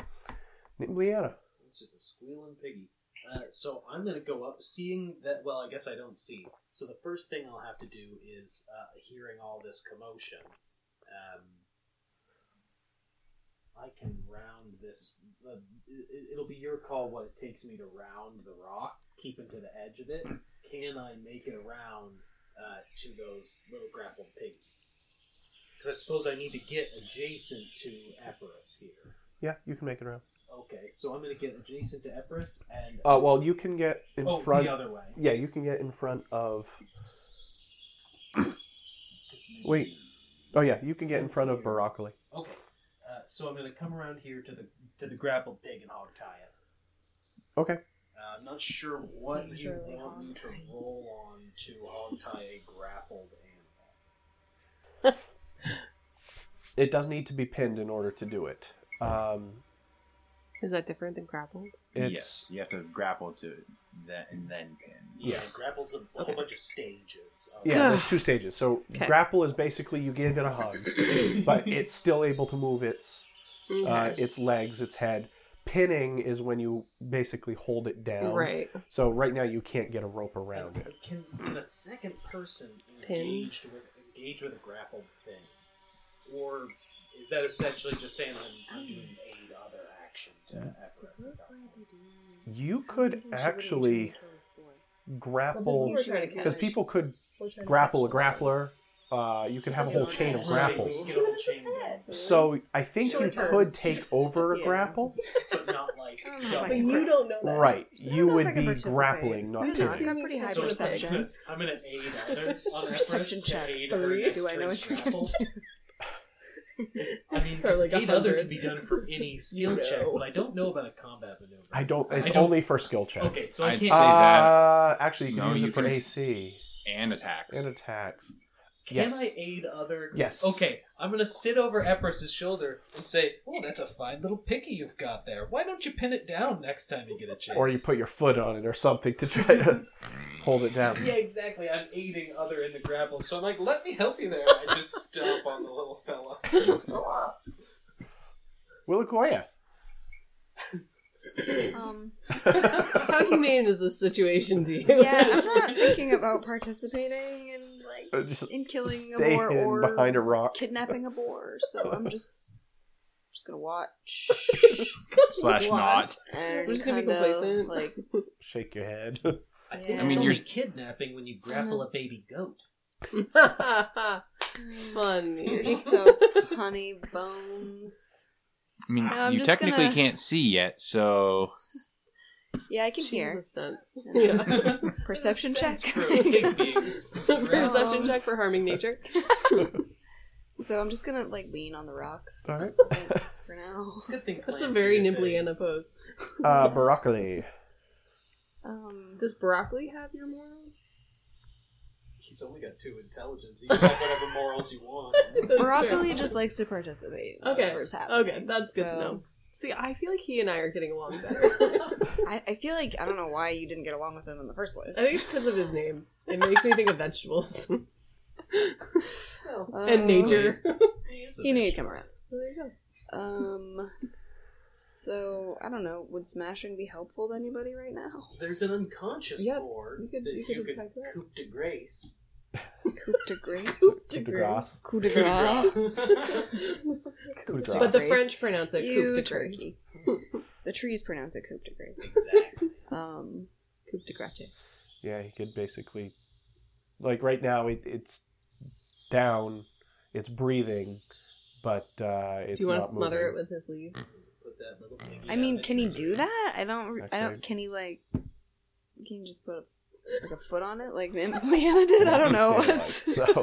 Speaker 2: Leanna.
Speaker 4: It's just a squealing piggy. Uh, so I'm gonna go up, seeing that. Well, I guess I don't see. So the first thing I'll have to do is uh, hearing all this commotion. Um, I can round this. Uh, it, it'll be your call what it takes me to round the rock, keeping to the edge of it. Can I make it around uh, to those little grappled piggies? Because I suppose I need to get adjacent to Aparus here.
Speaker 2: Yeah, you can make it around.
Speaker 4: Okay, so I'm gonna get adjacent to Epirus and
Speaker 2: Uh, well, you can get in
Speaker 4: oh,
Speaker 2: front.
Speaker 4: the other way.
Speaker 2: Yeah, you can get in front of.
Speaker 4: Just maybe-
Speaker 2: Wait. Oh yeah, you can get in front of
Speaker 4: Something
Speaker 2: Baroccoli.
Speaker 4: Okay, uh, so I'm gonna come around here to the to the grappled pig and hog tie it.
Speaker 2: Okay.
Speaker 4: Uh, I'm not sure what
Speaker 3: Not
Speaker 4: you
Speaker 3: sure what
Speaker 4: want me to
Speaker 3: hog tie.
Speaker 4: roll on to hog tie a grappled animal.
Speaker 2: It does need to be pinned in order to do it. Um,
Speaker 6: Is that different than grappled?
Speaker 2: it's
Speaker 5: Yes, you have to grapple to it, then and then pin.
Speaker 4: Yeah,
Speaker 2: Yeah.
Speaker 4: it grapples a
Speaker 6: Okay.
Speaker 4: whole bunch of stages. Of
Speaker 2: yeah. There's two stages. So
Speaker 6: Okay.
Speaker 2: grapple is basically you give it a hug, but it's still able to move its
Speaker 6: Okay.
Speaker 2: uh, its legs, its head. Pinning is when you basically hold it down.
Speaker 6: right.
Speaker 2: So right now you can't get a rope
Speaker 4: Uh,
Speaker 2: around it.
Speaker 4: Can, can a second person
Speaker 6: Pin.
Speaker 4: engage with engage with a grappled thing, or is that essentially just saying I'm, I'm
Speaker 7: Mm-hmm.
Speaker 4: doing aid other action to Everest?
Speaker 2: You could actually grapple
Speaker 3: Well, trying to
Speaker 2: because people could grapple a grappler. Uh, you could have a whole chain of grapples.
Speaker 4: Get a whole chain going,
Speaker 2: So I think you could take over a
Speaker 7: Yeah.
Speaker 2: grapple.
Speaker 4: but not like
Speaker 7: I don't know if
Speaker 4: double
Speaker 7: I But can
Speaker 4: grapple.
Speaker 7: you don't know that.
Speaker 2: Right.
Speaker 7: don't
Speaker 2: You
Speaker 7: know if I
Speaker 2: would
Speaker 7: can
Speaker 2: be
Speaker 7: participate. I
Speaker 2: grappling, not
Speaker 7: don't know, I've
Speaker 2: pinning.
Speaker 7: got pretty high
Speaker 4: So it's like I'm
Speaker 7: perception.
Speaker 4: gonna, I'm gonna aid either on
Speaker 7: Perception
Speaker 4: Everest
Speaker 7: check
Speaker 4: to aid her
Speaker 7: three.
Speaker 4: next
Speaker 7: Do I know
Speaker 4: turn's
Speaker 7: what you're
Speaker 4: grapple.
Speaker 7: gonna do?
Speaker 4: I mean,
Speaker 7: Or
Speaker 4: 'cause
Speaker 7: like a
Speaker 4: aid other can
Speaker 7: hundred.
Speaker 4: be done for any skill
Speaker 7: No.
Speaker 4: check, but I don't know about a combat maneuver.
Speaker 2: I don't. It's
Speaker 4: I don't-
Speaker 2: only for skill checks.
Speaker 4: Okay, so I
Speaker 5: I'd
Speaker 4: can't.
Speaker 5: say
Speaker 2: uh,
Speaker 5: that.
Speaker 2: actually, you can
Speaker 5: No,
Speaker 2: use
Speaker 5: you
Speaker 2: it for
Speaker 5: can-
Speaker 2: AC
Speaker 5: And attacks.
Speaker 2: and attacks.
Speaker 4: Can
Speaker 2: Yes.
Speaker 4: I aid other?
Speaker 2: Yes.
Speaker 4: Okay, I'm gonna sit over Epirus's shoulder and say, "Oh, that's a fine little picky you've got there. Why don't you pin it down next time you get a chance?"
Speaker 2: Or you put your foot on it or something to try to hold it down.
Speaker 4: Yeah, exactly. I'm aiding other in the grapple, so I'm like, "Let me help you there." I just stomp on the little fella.
Speaker 2: Willakoya.
Speaker 3: Um,
Speaker 6: How humane is this situation to you?
Speaker 3: yeah, I'm not thinking about participating in like
Speaker 2: Uh, Just
Speaker 3: in killing a
Speaker 2: stay
Speaker 3: boar
Speaker 2: hidden
Speaker 3: or
Speaker 2: behind a rock
Speaker 3: kidnapping a boar. So I'm just just gonna watch.
Speaker 5: Slash not.
Speaker 3: and
Speaker 6: We're just gonna be
Speaker 3: kinda,
Speaker 6: complacent.
Speaker 3: Like
Speaker 2: shake your head
Speaker 4: I think
Speaker 3: Yeah.
Speaker 5: I mean,
Speaker 4: it's
Speaker 5: you're-
Speaker 4: only kidnapping when you grapple a baby goat.
Speaker 6: Funny.
Speaker 3: you're so honey bones.
Speaker 5: I mean,
Speaker 3: I'm
Speaker 5: you
Speaker 3: just
Speaker 5: technically
Speaker 3: gonna-
Speaker 5: can't see yet, so
Speaker 3: Yeah, I can
Speaker 6: She
Speaker 3: hear
Speaker 6: has a sense.
Speaker 3: Yeah. perception
Speaker 4: Perception
Speaker 3: check.
Speaker 4: for a pig beings.
Speaker 6: Perception check for harming nature.
Speaker 3: so I'm just gonna like lean on the rock
Speaker 2: all right
Speaker 3: I think, for now.
Speaker 4: It's a good thing
Speaker 6: That's a
Speaker 4: plants
Speaker 6: very
Speaker 4: are your thing.
Speaker 6: Nibliana pose.
Speaker 2: uh broccoli
Speaker 3: Um,
Speaker 6: Does broccoli have your morals?
Speaker 4: He's only got two intelligence. You can have whatever morals you want.
Speaker 6: That's
Speaker 3: broccoli
Speaker 6: true.
Speaker 3: just likes to participate. in
Speaker 6: Okay.
Speaker 3: whatever's happening.
Speaker 6: Okay, that's good to
Speaker 3: So,
Speaker 6: know. See, I feel like he and I are getting along better.
Speaker 3: I, I feel like I don't know why you didn't get along with him in the first place.
Speaker 6: I think it's because of his name. It makes me think of vegetables
Speaker 3: Uh,
Speaker 6: and nature.
Speaker 4: He's a
Speaker 3: Oh. He knew you'd
Speaker 4: vegetable.
Speaker 3: come around.
Speaker 6: There you go.
Speaker 3: Um, So I don't know. Would smashing be helpful to anybody right now?
Speaker 4: There's an unconscious
Speaker 3: Yeah,
Speaker 4: board
Speaker 3: you could-
Speaker 4: that
Speaker 3: you
Speaker 4: you
Speaker 3: could
Speaker 4: could,
Speaker 3: attack that.
Speaker 4: coup de grace.
Speaker 3: Coup de grace.
Speaker 2: Coup de grace.
Speaker 3: Coup de grace.
Speaker 2: Coup de grace.
Speaker 6: But the
Speaker 3: Grace.
Speaker 6: French pronounce it
Speaker 3: You
Speaker 6: coup de grace.
Speaker 3: turkey. the trees pronounce it coup de grace.
Speaker 4: exactly.
Speaker 3: Um, coup de grace.
Speaker 2: Yeah, he could basically, like right now, it, it's down, it's breathing, but uh, it's
Speaker 6: Do you want
Speaker 2: not
Speaker 6: to smother
Speaker 2: moving.
Speaker 6: it with his leaf?
Speaker 4: Put that little piggy
Speaker 3: I
Speaker 4: out
Speaker 3: mean,
Speaker 4: of
Speaker 3: can he
Speaker 4: its
Speaker 3: do
Speaker 4: misery.
Speaker 3: that? I don't. I
Speaker 2: Actually-
Speaker 3: don't. Can he like? Can you just put a, like a foot on it, like Nymphliana did? I don't know.
Speaker 2: Stay alive. so
Speaker 6: Go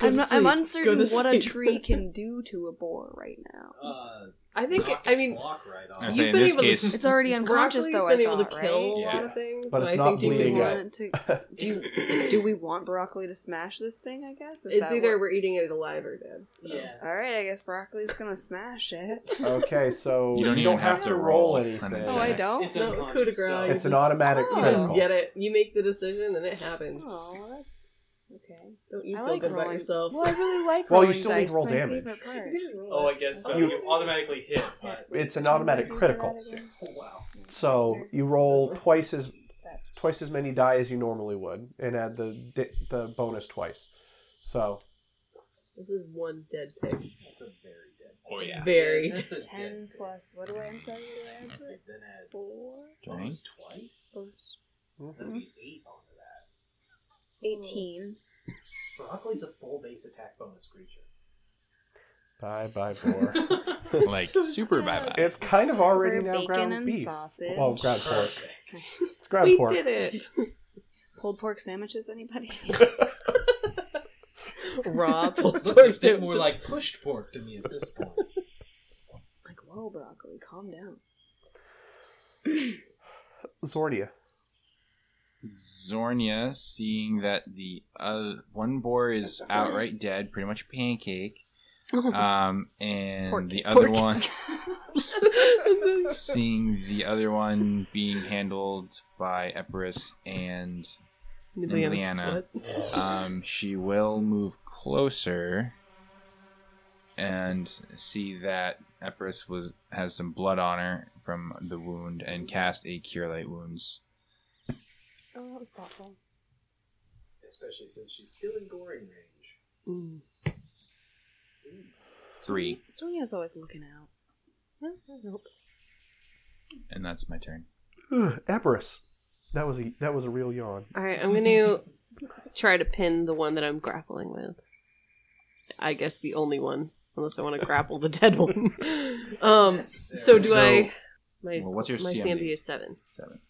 Speaker 3: I'm,
Speaker 6: to
Speaker 3: not,
Speaker 6: sleep.
Speaker 3: I'm
Speaker 6: Go
Speaker 3: uncertain
Speaker 6: to
Speaker 3: what a
Speaker 6: sleep.
Speaker 3: tree can do to a boar right now.
Speaker 4: Uh,
Speaker 6: I think.
Speaker 4: knock
Speaker 6: I
Speaker 4: its
Speaker 6: mean,
Speaker 4: block right
Speaker 5: I
Speaker 4: off.
Speaker 6: you've
Speaker 5: say, in
Speaker 6: been
Speaker 5: this
Speaker 6: able
Speaker 5: case-
Speaker 6: to.
Speaker 3: It's already unconscious,
Speaker 6: Broccoli's
Speaker 3: though.
Speaker 6: been
Speaker 3: I
Speaker 6: able
Speaker 3: thought,
Speaker 6: to kill a
Speaker 3: right?
Speaker 6: lot
Speaker 5: Yeah.
Speaker 6: of things,
Speaker 2: But it's
Speaker 6: I
Speaker 2: not
Speaker 6: think
Speaker 3: Do we
Speaker 2: bleeding
Speaker 6: we
Speaker 2: out.
Speaker 6: want,
Speaker 3: want to? Do you, do we want broccoli to smash this thing? I guess Is
Speaker 6: it's
Speaker 3: that
Speaker 6: either
Speaker 3: what-
Speaker 6: we're eating it alive or dead. so.
Speaker 4: Yeah.
Speaker 3: All right, I guess broccoli's gonna smash it.
Speaker 6: Oh,
Speaker 2: okay, so
Speaker 5: You don't even
Speaker 2: have,
Speaker 5: have
Speaker 2: to
Speaker 5: to
Speaker 2: roll
Speaker 5: roll
Speaker 2: anything.
Speaker 5: an
Speaker 3: Oh, I
Speaker 5: Nice.
Speaker 3: don't.
Speaker 4: It's
Speaker 6: No, coup de
Speaker 4: unconscious.
Speaker 6: grace.
Speaker 4: so-
Speaker 2: It's an automatic
Speaker 3: Oh.
Speaker 6: You
Speaker 2: critical.
Speaker 6: just get it. You make the decision, and it happens.
Speaker 3: Oh, that's okay.
Speaker 6: Don't you
Speaker 3: I
Speaker 6: feel
Speaker 3: like
Speaker 6: good about
Speaker 3: rolling.
Speaker 6: yourself?
Speaker 3: Well, I really like.
Speaker 2: Well, you
Speaker 3: rolling
Speaker 2: still need to
Speaker 3: dice,
Speaker 2: roll
Speaker 3: my
Speaker 2: damage.
Speaker 3: favorite part.
Speaker 6: You can just roll
Speaker 4: Oh,
Speaker 6: it.
Speaker 4: I guess so.
Speaker 3: Oh.
Speaker 4: You, automatically hit. But...
Speaker 2: It's an automatic
Speaker 3: Can I
Speaker 2: critical.
Speaker 3: do that again?
Speaker 4: Wow.
Speaker 2: So you roll
Speaker 3: That's-
Speaker 2: twice as
Speaker 3: That's-
Speaker 2: twice as many die as you normally would, and add the di- the bonus twice. So
Speaker 6: This is one dead pig.
Speaker 4: That's a very dead.
Speaker 5: Oh, yeah.
Speaker 6: Very
Speaker 4: That's a dead
Speaker 3: Ten
Speaker 4: pig.
Speaker 3: plus. What do I? I'm sorry. What do I add to
Speaker 4: We've
Speaker 3: it?
Speaker 4: Then add
Speaker 3: Four.
Speaker 4: bonus twice. That'd be
Speaker 6: Mm-hmm.
Speaker 4: eight onto that.
Speaker 3: Eighteen.
Speaker 4: Broccoli's a full base attack bonus creature.
Speaker 2: bye bye boar.
Speaker 5: Like, super
Speaker 3: sad.
Speaker 5: bye bye.
Speaker 2: it's kind of
Speaker 3: Super
Speaker 2: already now
Speaker 3: bacon
Speaker 2: ground
Speaker 3: and
Speaker 2: beef.
Speaker 3: sausage.
Speaker 2: Well, ground pork.
Speaker 4: Perfect.
Speaker 2: It's ground
Speaker 6: we
Speaker 2: pork.
Speaker 6: did it,
Speaker 3: Pulled pork sandwiches. Anybody?
Speaker 6: Rob.
Speaker 4: Looks a bit more like pushed pork to me at this point.
Speaker 3: like, whoa, broccoli, calm down.
Speaker 2: Zordia.
Speaker 5: Zornia, seeing that the uh, one boar is outright dead, pretty much pancake, um, and
Speaker 3: Oh. Pork.
Speaker 5: the other
Speaker 3: Pork.
Speaker 5: one, seeing the other one being handled by Epirus, and
Speaker 6: Nobody on his
Speaker 5: Liana.
Speaker 6: foot.
Speaker 5: um, she will move closer and see that Epirus was has some blood on her from the wound, and cast a cure light wounds.
Speaker 3: Oh, that was thoughtful.
Speaker 4: Especially since she's still in goring range.
Speaker 6: Mm.
Speaker 5: Three,
Speaker 3: Sonia's always looking out.
Speaker 6: Well, that helps.
Speaker 5: and that's my turn.
Speaker 2: Epirus. That was a that was a real yawn.
Speaker 6: All right, I'm going to try to pin the one that I'm grappling with. I guess the only one, unless I want to grapple the dead one. Um, so do
Speaker 5: So-
Speaker 6: I? My
Speaker 5: Well, what's your
Speaker 6: my
Speaker 5: CMB?
Speaker 6: CMB is seven.
Speaker 5: Seven.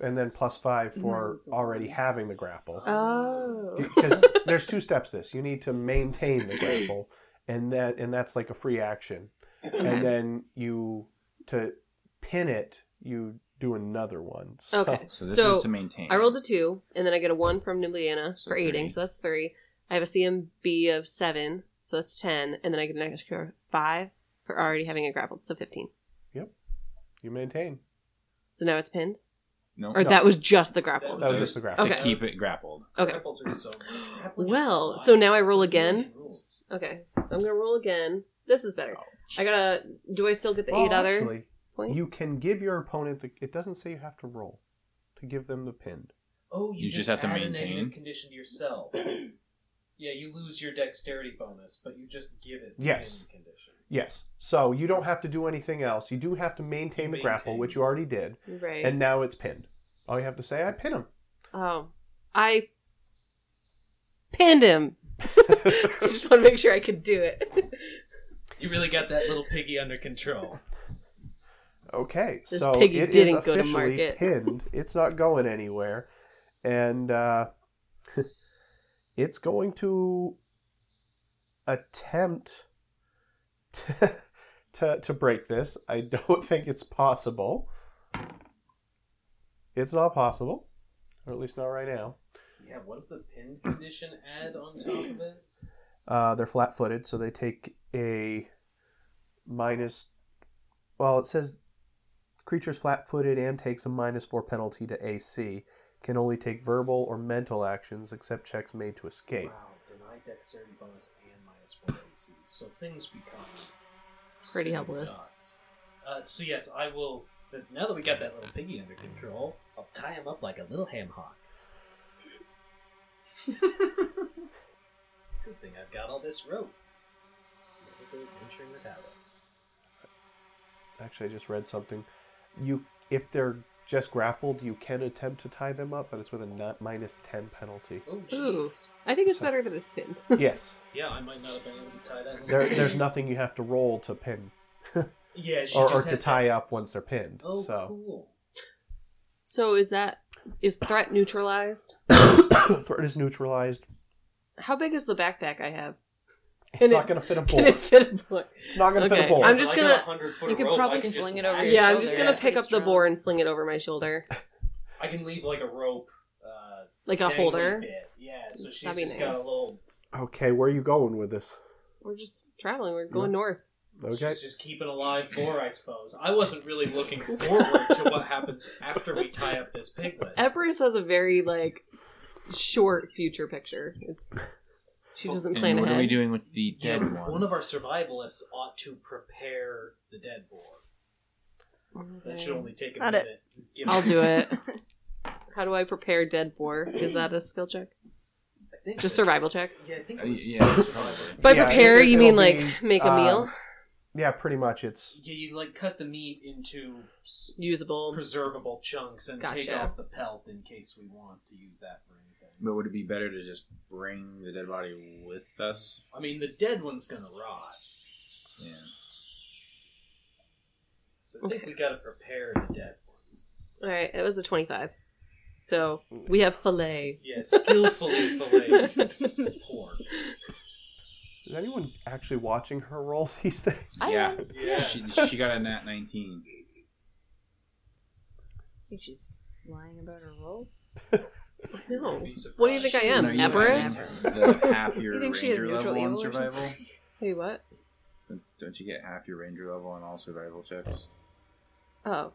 Speaker 2: And then plus five for
Speaker 3: Mine's a
Speaker 2: already
Speaker 3: one.
Speaker 2: having the grapple.
Speaker 6: Oh,
Speaker 2: Because there's two steps to this. You need to maintain the grapple and that and that's like a free action.
Speaker 6: Okay.
Speaker 2: And then you to pin it, you do another one. So
Speaker 6: okay.
Speaker 5: Oh, So
Speaker 6: So,
Speaker 5: this is to maintain.
Speaker 6: I rolled a two, and then I get a one from Nibliana
Speaker 5: So
Speaker 6: for aiding,
Speaker 5: three.
Speaker 6: so that's three. I have a CMB of seven, so that's ten, and then I get an extra five for already having it grappled, so fifteen.
Speaker 2: you maintain.
Speaker 6: So now it's pinned,
Speaker 5: no.
Speaker 6: or
Speaker 2: No.
Speaker 6: that was just the grapple.
Speaker 2: That was just the grapple.
Speaker 5: to
Speaker 6: Okay.
Speaker 5: keep it grappled.
Speaker 6: Okay.
Speaker 4: Apples are so
Speaker 6: Well, so now I roll again? Okay, so I'm gonna roll again. This is better. I gotta. Do I still get the
Speaker 2: Well,
Speaker 6: eight other
Speaker 2: actually,
Speaker 6: points?
Speaker 2: you can give your opponent the it doesn't say you have to roll to give them the pin.
Speaker 4: Oh, you,
Speaker 5: You
Speaker 4: just,
Speaker 5: just have to
Speaker 4: add a
Speaker 5: maintain.
Speaker 4: negative condition to yourself. yeah, you lose your dexterity bonus, but you just give it the
Speaker 2: Yes.
Speaker 4: pin condition.
Speaker 2: Yes. So you don't have to do anything else. You do have to maintain the grapple,
Speaker 4: Maintain.
Speaker 2: which you already did.
Speaker 6: right.
Speaker 2: And now it's pinned. All you have to say, I pin him.
Speaker 6: oh, I pinned him. I just want to make sure I could do it.
Speaker 4: You really got that little piggy under control.
Speaker 2: Okay,
Speaker 6: This
Speaker 2: so
Speaker 6: piggy
Speaker 2: it is
Speaker 6: didn't go to
Speaker 2: officially
Speaker 6: market.
Speaker 2: pinned. It's not going anywhere, and uh, it's going to attempt to, to to break this. I don't think it's possible. It's not possible, or at least not right now.
Speaker 4: Yeah, what does the pin condition add on top of it?
Speaker 2: Uh, they're flat footed, so they take a minus. Well, it says creatures flat footed and takes a minus four penalty to AC. Can only take verbal or mental actions except checks made to escape.
Speaker 4: Wow, deny dexterity bonus and minus four AC. So things become silly
Speaker 6: Pretty helpless.
Speaker 4: dots. Uh, so yes, I will. but Now that we got that little piggy under control, I'll tie him up like a little ham hock. Good thing I've got all this rope. Medical adventuring without it.
Speaker 2: Actually, I just read something. You, if they're just grappled, you can attempt to tie them up, but it's with a not minus ten penalty.
Speaker 4: Oh
Speaker 6: Ooh.
Speaker 4: jeez.
Speaker 6: I think it's
Speaker 2: So-
Speaker 6: better that it's pinned.
Speaker 2: yes,
Speaker 4: Yeah, I might not have been able to tie that.
Speaker 2: there, there's nothing you have to roll to pin
Speaker 4: Yeah, she
Speaker 2: or, or
Speaker 4: just
Speaker 2: to
Speaker 4: has
Speaker 2: tie up once they're pinned.
Speaker 4: Oh,
Speaker 2: so
Speaker 4: cool.
Speaker 6: So is that is threat neutralized?
Speaker 2: threat is neutralized.
Speaker 6: How big is the backpack I have?
Speaker 2: It's
Speaker 6: Can
Speaker 2: not
Speaker 6: it-
Speaker 2: going to fit a
Speaker 6: Can
Speaker 2: board.
Speaker 6: it fit a board?
Speaker 2: It's not going to fit
Speaker 6: Okay,
Speaker 2: a board.
Speaker 6: I'm just
Speaker 4: I got
Speaker 6: gonna-
Speaker 4: a 100-foot
Speaker 3: you could
Speaker 4: rope, I
Speaker 3: probably
Speaker 4: can just
Speaker 3: sling it over
Speaker 4: lash
Speaker 3: your
Speaker 6: Yeah, I'm
Speaker 3: shoulder.
Speaker 6: just gonna
Speaker 3: Yeah,
Speaker 6: pick
Speaker 3: pretty
Speaker 6: up the
Speaker 3: strong.
Speaker 6: board and sling it over my shoulder,
Speaker 4: I can leave like a rope. Uh,
Speaker 6: like a
Speaker 4: dangly
Speaker 6: holder.
Speaker 4: Bit. Yeah, so she's
Speaker 6: That'd be
Speaker 4: just got a
Speaker 6: nice.
Speaker 4: little.
Speaker 2: Okay, where are you going with this?
Speaker 6: We're just traveling. We're going north.
Speaker 2: Okay,
Speaker 4: She's just keeping alive boar, I suppose. I wasn't really looking forward to what happens after we tie up this piglet.
Speaker 6: Everest has a very like short future picture. It's she doesn't plan
Speaker 5: Oh, and what
Speaker 6: ahead.
Speaker 5: are we doing with the
Speaker 4: Yeah,
Speaker 5: dead one?
Speaker 4: One of our survivalists ought to prepare the dead boar. That should only take a
Speaker 3: Got it.
Speaker 4: minute. Give
Speaker 6: I'll
Speaker 4: it-
Speaker 6: do it. How do I prepare dead boar? Is that a skill check?
Speaker 4: I think
Speaker 6: Just
Speaker 4: that-
Speaker 6: survival check.
Speaker 4: Yeah, I think
Speaker 5: Uh,
Speaker 4: it was
Speaker 5: yeah, it's
Speaker 4: survival.
Speaker 5: probably.
Speaker 6: By
Speaker 2: Yeah,
Speaker 6: prepare,
Speaker 2: it-
Speaker 6: you mean
Speaker 2: it'll
Speaker 6: like
Speaker 2: be,
Speaker 6: make a
Speaker 2: uh,
Speaker 6: Um, meal
Speaker 2: yeah, pretty much. It's
Speaker 4: Yeah, you like cut the meat into s-
Speaker 6: usable.
Speaker 4: preservable chunks and take
Speaker 6: Gotcha.
Speaker 4: off the pelt in case we want to use that for anything.
Speaker 5: But would it be better to just bring the dead body with us?
Speaker 4: I mean, the dead one's gonna rot.
Speaker 5: Yeah.
Speaker 4: So I think
Speaker 6: Okay.
Speaker 4: we gotta prepare the dead one.
Speaker 6: All right, it was a twenty-five. So we have fillet.
Speaker 4: Yeah, skillfully fillet the pork.
Speaker 2: is anyone actually watching her roll these things?
Speaker 6: I-
Speaker 5: yeah.
Speaker 4: Yeah.
Speaker 5: She, she got a nat 19.
Speaker 3: I think she's lying about her rolls.
Speaker 6: No.
Speaker 4: Be surprised.
Speaker 6: Oh. What do you think I am?
Speaker 5: No, you-
Speaker 6: Avarice?
Speaker 5: The half your
Speaker 3: You think she has
Speaker 5: ranger level
Speaker 3: neutral
Speaker 5: on
Speaker 3: evil or
Speaker 5: survival?
Speaker 6: Hey, what?
Speaker 5: Don't you get half your ranger level on all survival checks?
Speaker 6: Oh.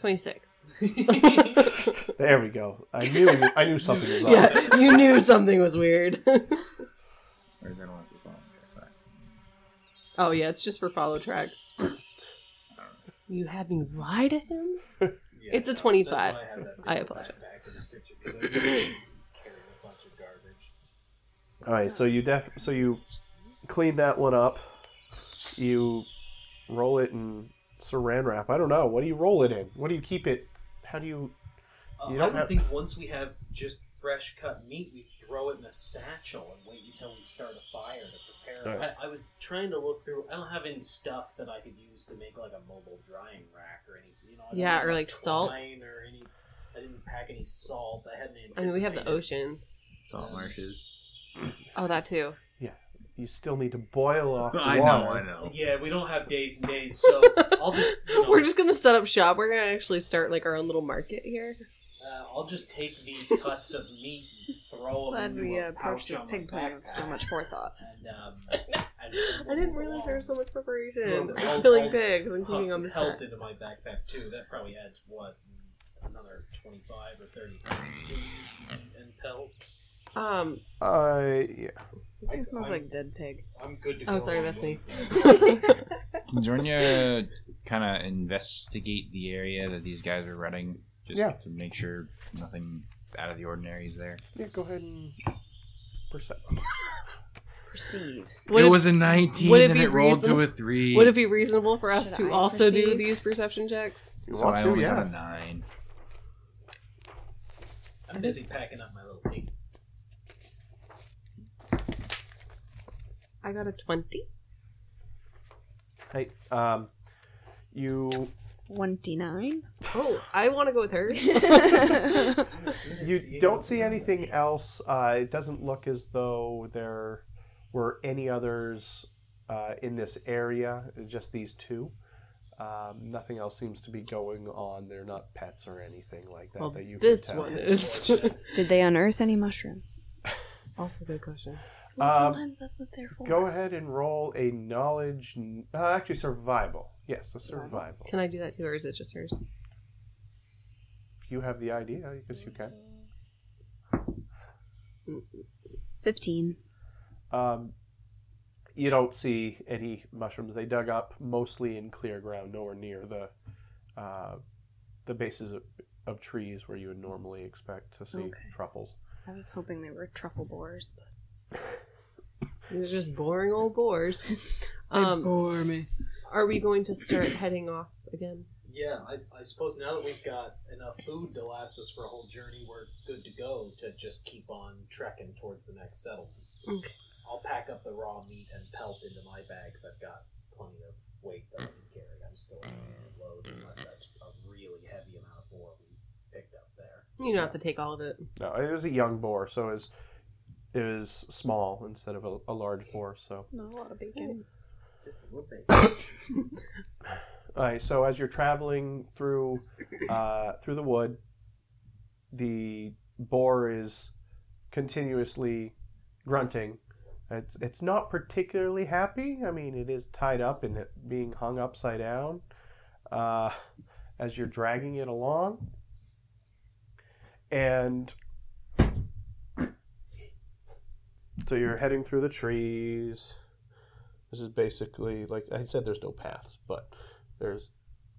Speaker 6: 26.
Speaker 2: There we go. I knew I knew something was up.
Speaker 6: Yeah, you knew something was weird.
Speaker 5: Or is that only for following tracks?
Speaker 6: oh, yeah, it's just for follow tracks.
Speaker 5: I don't know.
Speaker 6: You had me lie to him?
Speaker 4: Yeah,
Speaker 6: It's a
Speaker 4: that's
Speaker 6: 25.
Speaker 4: why I have that
Speaker 6: I
Speaker 4: big
Speaker 6: apologize.
Speaker 4: backpack Uh, in this picture, 'cause I carry a bunch of garbage.
Speaker 2: All right, so you def so you clean that one up. You roll it in saran wrap. I don't know. What do you roll it in? What do you keep it? How do you?
Speaker 4: Uh,
Speaker 2: You
Speaker 4: I
Speaker 2: don't
Speaker 4: would
Speaker 2: have-
Speaker 4: think once we have just fresh cut meat, we throw it in a satchel and wait until we start a fire to prepare it.
Speaker 2: Alright.
Speaker 4: I, I was trying to look through. I don't have any stuff that I could use to make like a mobile drying rack or anything. You know, I don't
Speaker 6: Yeah,
Speaker 4: have,
Speaker 6: or, like, salt.
Speaker 4: twine Or any, I didn't pack any salt. I hadn't.
Speaker 6: I mean, we have the
Speaker 4: anticipated.
Speaker 6: ocean.
Speaker 5: Salt marshes.
Speaker 6: Oh, that too.
Speaker 2: You still need to boil off the
Speaker 5: I
Speaker 2: water.
Speaker 5: know, I know.
Speaker 4: Yeah, we don't have days and days, so I'll just. You know,
Speaker 6: We're just gonna set up shop. We're gonna actually start like our own little market here.
Speaker 4: Uh, I'll just take these cuts of meat and throw them
Speaker 3: Glad
Speaker 4: into
Speaker 3: we
Speaker 4: a
Speaker 3: uh, approached
Speaker 4: pouch
Speaker 3: this
Speaker 4: on
Speaker 3: pig
Speaker 4: my
Speaker 3: plant with so
Speaker 4: backpack
Speaker 3: much forethought.
Speaker 4: And, um, and
Speaker 6: I didn't realize there was so much preparation.
Speaker 4: Well,
Speaker 6: I'm
Speaker 4: I'll-
Speaker 6: killing
Speaker 4: I'll
Speaker 6: pigs. I'm keeping on
Speaker 4: Pump
Speaker 6: this
Speaker 4: health
Speaker 6: path.
Speaker 4: into my backpack too. That probably adds what another twenty-five or thirty pounds to and pelt.
Speaker 6: Um,
Speaker 2: Uh, yeah.
Speaker 3: Something smells like dead pig.
Speaker 4: I'm good to go.
Speaker 6: Oh, sorry, that's me.
Speaker 5: Can Zornia kind of investigate the area that these guys are running? Just
Speaker 2: Yeah.
Speaker 5: to make sure nothing out of the ordinary is there.
Speaker 2: Yeah. Go ahead and percent.
Speaker 3: Perceive.
Speaker 6: would
Speaker 5: it
Speaker 6: it,
Speaker 5: was a 19
Speaker 6: would it
Speaker 5: and
Speaker 6: be
Speaker 5: it rolled to a
Speaker 6: reasonable-
Speaker 5: 3.
Speaker 6: would it be reasonable for us
Speaker 3: Should
Speaker 6: to
Speaker 3: I
Speaker 6: also do
Speaker 3: perceive?
Speaker 6: these perception checks?
Speaker 2: You
Speaker 5: so
Speaker 2: want
Speaker 5: I
Speaker 2: to?
Speaker 5: only got
Speaker 2: Yeah.
Speaker 5: a 9.
Speaker 4: I'm busy packing up my little pig.
Speaker 6: I got a twenty.
Speaker 2: Hey, um, you
Speaker 3: 29?
Speaker 6: Oh, I want to go with her.
Speaker 2: you don't see anything else. Uh, it doesn't look as though there were any others uh, in this area. Just these two. Um, nothing else seems to be going on. They're not pets or anything like that.
Speaker 6: Well,
Speaker 2: that you
Speaker 6: this
Speaker 2: can tell.
Speaker 6: one is.
Speaker 3: Did they unearth any mushrooms?
Speaker 6: also good question.
Speaker 3: Well,
Speaker 2: Um,
Speaker 3: sometimes that's what they're for.
Speaker 2: Go ahead and roll a knowledge. n- Uh, actually, survival. Yes, a survival.
Speaker 6: Can I do that too, or is it just hers?
Speaker 2: If you have the idea, because you can.
Speaker 3: 15.
Speaker 2: Um, you don't see any mushrooms. They dug up mostly in clear ground, nowhere near the uh, the bases of, of trees where you would normally expect to see
Speaker 3: Okay.
Speaker 2: truffles.
Speaker 3: I was hoping they were truffle borers, but
Speaker 6: These are just boring old boars. Um,
Speaker 7: bore me.
Speaker 6: are we going to start heading off again?
Speaker 4: Yeah, I, I suppose now that we've got enough food to last us for a whole journey, we're good to go to just keep on trekking towards the next settlement.
Speaker 6: Okay.
Speaker 4: I'll pack up the raw meat and pelt into my bags. I've got plenty of weight that I can carry. I'm still on a load unless that's a really heavy amount of ore we picked up there.
Speaker 6: You don't have to take all of it.
Speaker 2: No, it was a young boar, so it was, it was small instead of a, a large boar. So
Speaker 3: not a lot of bacon.
Speaker 4: Just a little bit.
Speaker 2: All right. So as you're traveling through uh, through the wood, the boar is continuously grunting. It's it's not particularly happy. I mean, it is tied up and it being hung upside down. Uh, as you're dragging it along, and so you're heading through the trees. This is basically like I said. There's no paths, but there's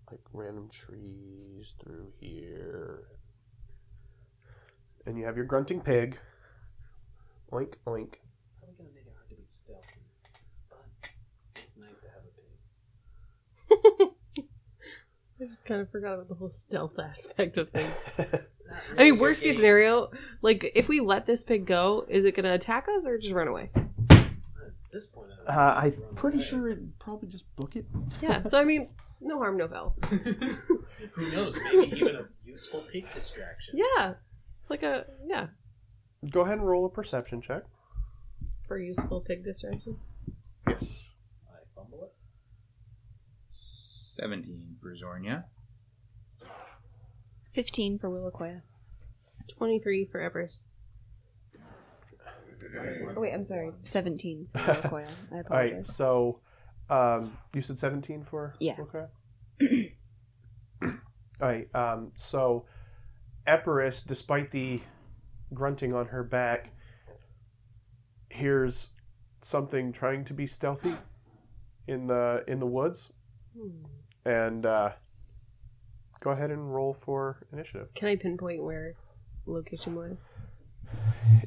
Speaker 2: like random trees through here. And you have your grunting pig. Oink, oink.
Speaker 4: Probably gonna make it hard to be stealthy, but it's nice to have a pig.
Speaker 6: I just kind of forgot about the whole stealth aspect of things.
Speaker 4: Not
Speaker 6: I
Speaker 4: really
Speaker 6: mean, worst
Speaker 4: a
Speaker 6: case
Speaker 4: game.
Speaker 6: scenario, like if we let this pig go, is it going to attack us or just run away?
Speaker 4: At this point, I would
Speaker 2: Uh, I'm
Speaker 4: run
Speaker 2: pretty
Speaker 4: away.
Speaker 2: sure it'd probably just book it.
Speaker 6: Yeah. So I mean, no harm, no foul.
Speaker 4: Who knows? Maybe even a useful pig distraction.
Speaker 6: Yeah. It's like a yeah
Speaker 2: Go ahead and roll a perception check.
Speaker 6: for useful pig distraction.
Speaker 2: Yes.
Speaker 4: I fumble it.
Speaker 5: 17 for Zornia.
Speaker 3: 15 for Willakoya.
Speaker 6: Twenty three for Everest.
Speaker 3: Oh, wait, I'm sorry. 17 for Willakoya. I
Speaker 2: All right.
Speaker 3: apologize.
Speaker 2: So, um, you said 17 for
Speaker 3: Yeah.
Speaker 2: Okay. All right. Um, so, Eperus, despite the grunting on her back, hears something trying to be stealthy in the in the woods,
Speaker 6: Hmm.
Speaker 2: and uh, go ahead and roll for initiative.
Speaker 6: Can I pinpoint where location was?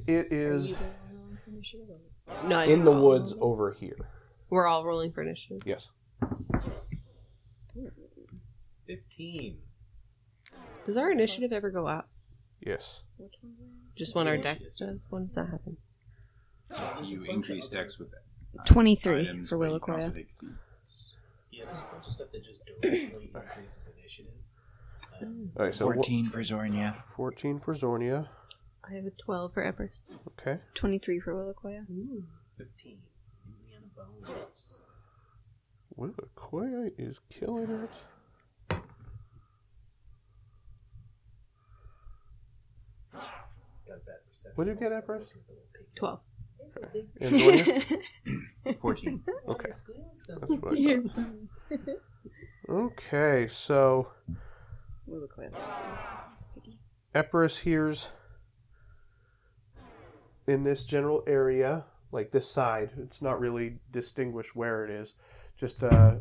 Speaker 2: It
Speaker 3: Are you
Speaker 2: is
Speaker 3: going on for initiative or-
Speaker 6: No,
Speaker 2: in the woods over here.
Speaker 6: We're all rolling for initiative.
Speaker 2: Yes.
Speaker 4: 15.
Speaker 6: Does our initiative ever go up?
Speaker 2: Yes.
Speaker 3: Which one was
Speaker 6: Just when our dex does. When does that happen?
Speaker 5: You increase dex with it.
Speaker 3: it? 23
Speaker 5: Items,
Speaker 3: for
Speaker 5: but you can also
Speaker 3: Willakoya.
Speaker 5: take feats.
Speaker 4: Yeah, there's a bunch of stuff that just directly increases initiative. Um,
Speaker 2: All right. So wha-
Speaker 5: 14 for Zornia.
Speaker 2: fourteen for Zornia.
Speaker 6: I have a twelve for Everest.
Speaker 2: Okay.
Speaker 3: 23 for Willakoya.
Speaker 4: 15. Indiana Bones.
Speaker 2: Well, Koya is killing it.
Speaker 4: Got a bad perception.
Speaker 2: What did you get,
Speaker 4: Looks like
Speaker 2: Epirus?
Speaker 4: a little pig.
Speaker 6: Twelve.
Speaker 2: And Zornia?
Speaker 5: 14.
Speaker 2: Okay.
Speaker 4: Squeals and-
Speaker 2: That's what I thought. Okay, so
Speaker 3: Willakoya. last name.
Speaker 2: Epirus hears in this general area, like this side, it's not really distinguished where it is, just a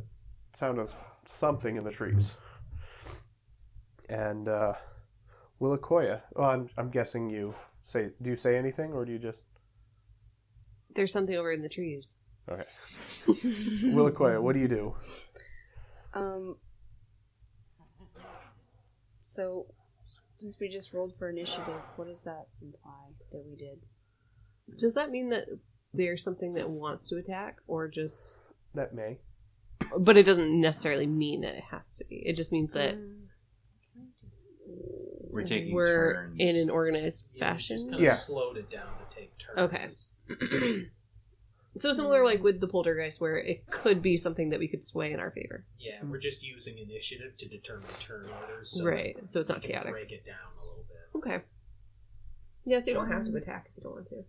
Speaker 2: sound of something in the trees. And uh, Willakoya, well, I'm, I'm guessing you say, do you say anything or do you just,
Speaker 6: There's something over in the trees.
Speaker 2: okay. Willakoya, what do you do?
Speaker 3: Um. So, since we just rolled for initiative, what does that imply that we did?
Speaker 6: Does that mean that there's something that wants to attack, or just?
Speaker 2: That may.
Speaker 6: But it doesn't necessarily mean that it has to be. It just means that
Speaker 3: Um,
Speaker 5: We're taking
Speaker 6: we're
Speaker 5: turns.
Speaker 6: in an organized
Speaker 4: Yeah, we Just
Speaker 6: fashion.
Speaker 4: kind of
Speaker 2: Yeah.
Speaker 4: slowed it down to take turns.
Speaker 6: Okay. so similar, like with the poltergeist, where it could be something that we could sway in our favor,
Speaker 4: Yeah, we're just using initiative to determine turn orders. So
Speaker 6: right? So it's
Speaker 4: we
Speaker 6: not
Speaker 4: can
Speaker 6: chaotic.
Speaker 4: Break it down a little bit.
Speaker 6: Okay. Yeah, so you don't have to attack if you don't want to.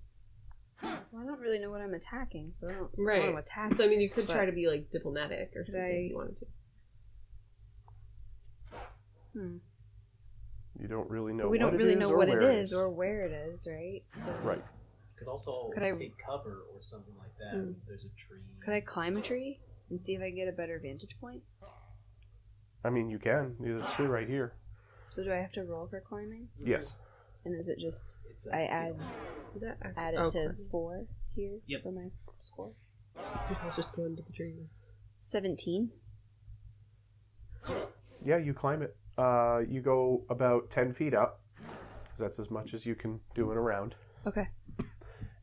Speaker 3: Well, I don't really know what I'm attacking, so I don't want
Speaker 6: Right.
Speaker 3: to attack.
Speaker 6: So I mean, you could
Speaker 3: but-
Speaker 6: try to be like diplomatic or something if you wanted to.
Speaker 3: Hmm.
Speaker 2: You don't really know.
Speaker 3: But we
Speaker 2: what
Speaker 3: don't
Speaker 2: it
Speaker 3: really
Speaker 2: is
Speaker 3: know
Speaker 2: or
Speaker 3: what it
Speaker 2: where
Speaker 3: is or where it is, right? So
Speaker 2: Right.
Speaker 4: Could also
Speaker 3: Could I-
Speaker 4: take cover or something like that.
Speaker 3: Hmm.
Speaker 4: If there's a tree.
Speaker 3: Could I climb a tree and see if I get a better vantage point?
Speaker 2: I mean, you can. There's a tree right here.
Speaker 3: So do I have to roll for climbing?
Speaker 2: Yes.
Speaker 3: And is it just
Speaker 4: It's a
Speaker 3: I
Speaker 4: skill.
Speaker 3: add
Speaker 6: Is that a-
Speaker 3: add it
Speaker 6: oh,
Speaker 3: to
Speaker 6: climbing.
Speaker 3: four here
Speaker 4: Yep.
Speaker 3: for my score?
Speaker 6: I'll just go into the trees.
Speaker 3: Seventeen.
Speaker 2: Yeah, you climb it. Uh, you go about 10 feet up, 'cause that's as much as you can do in a round.
Speaker 3: Okay.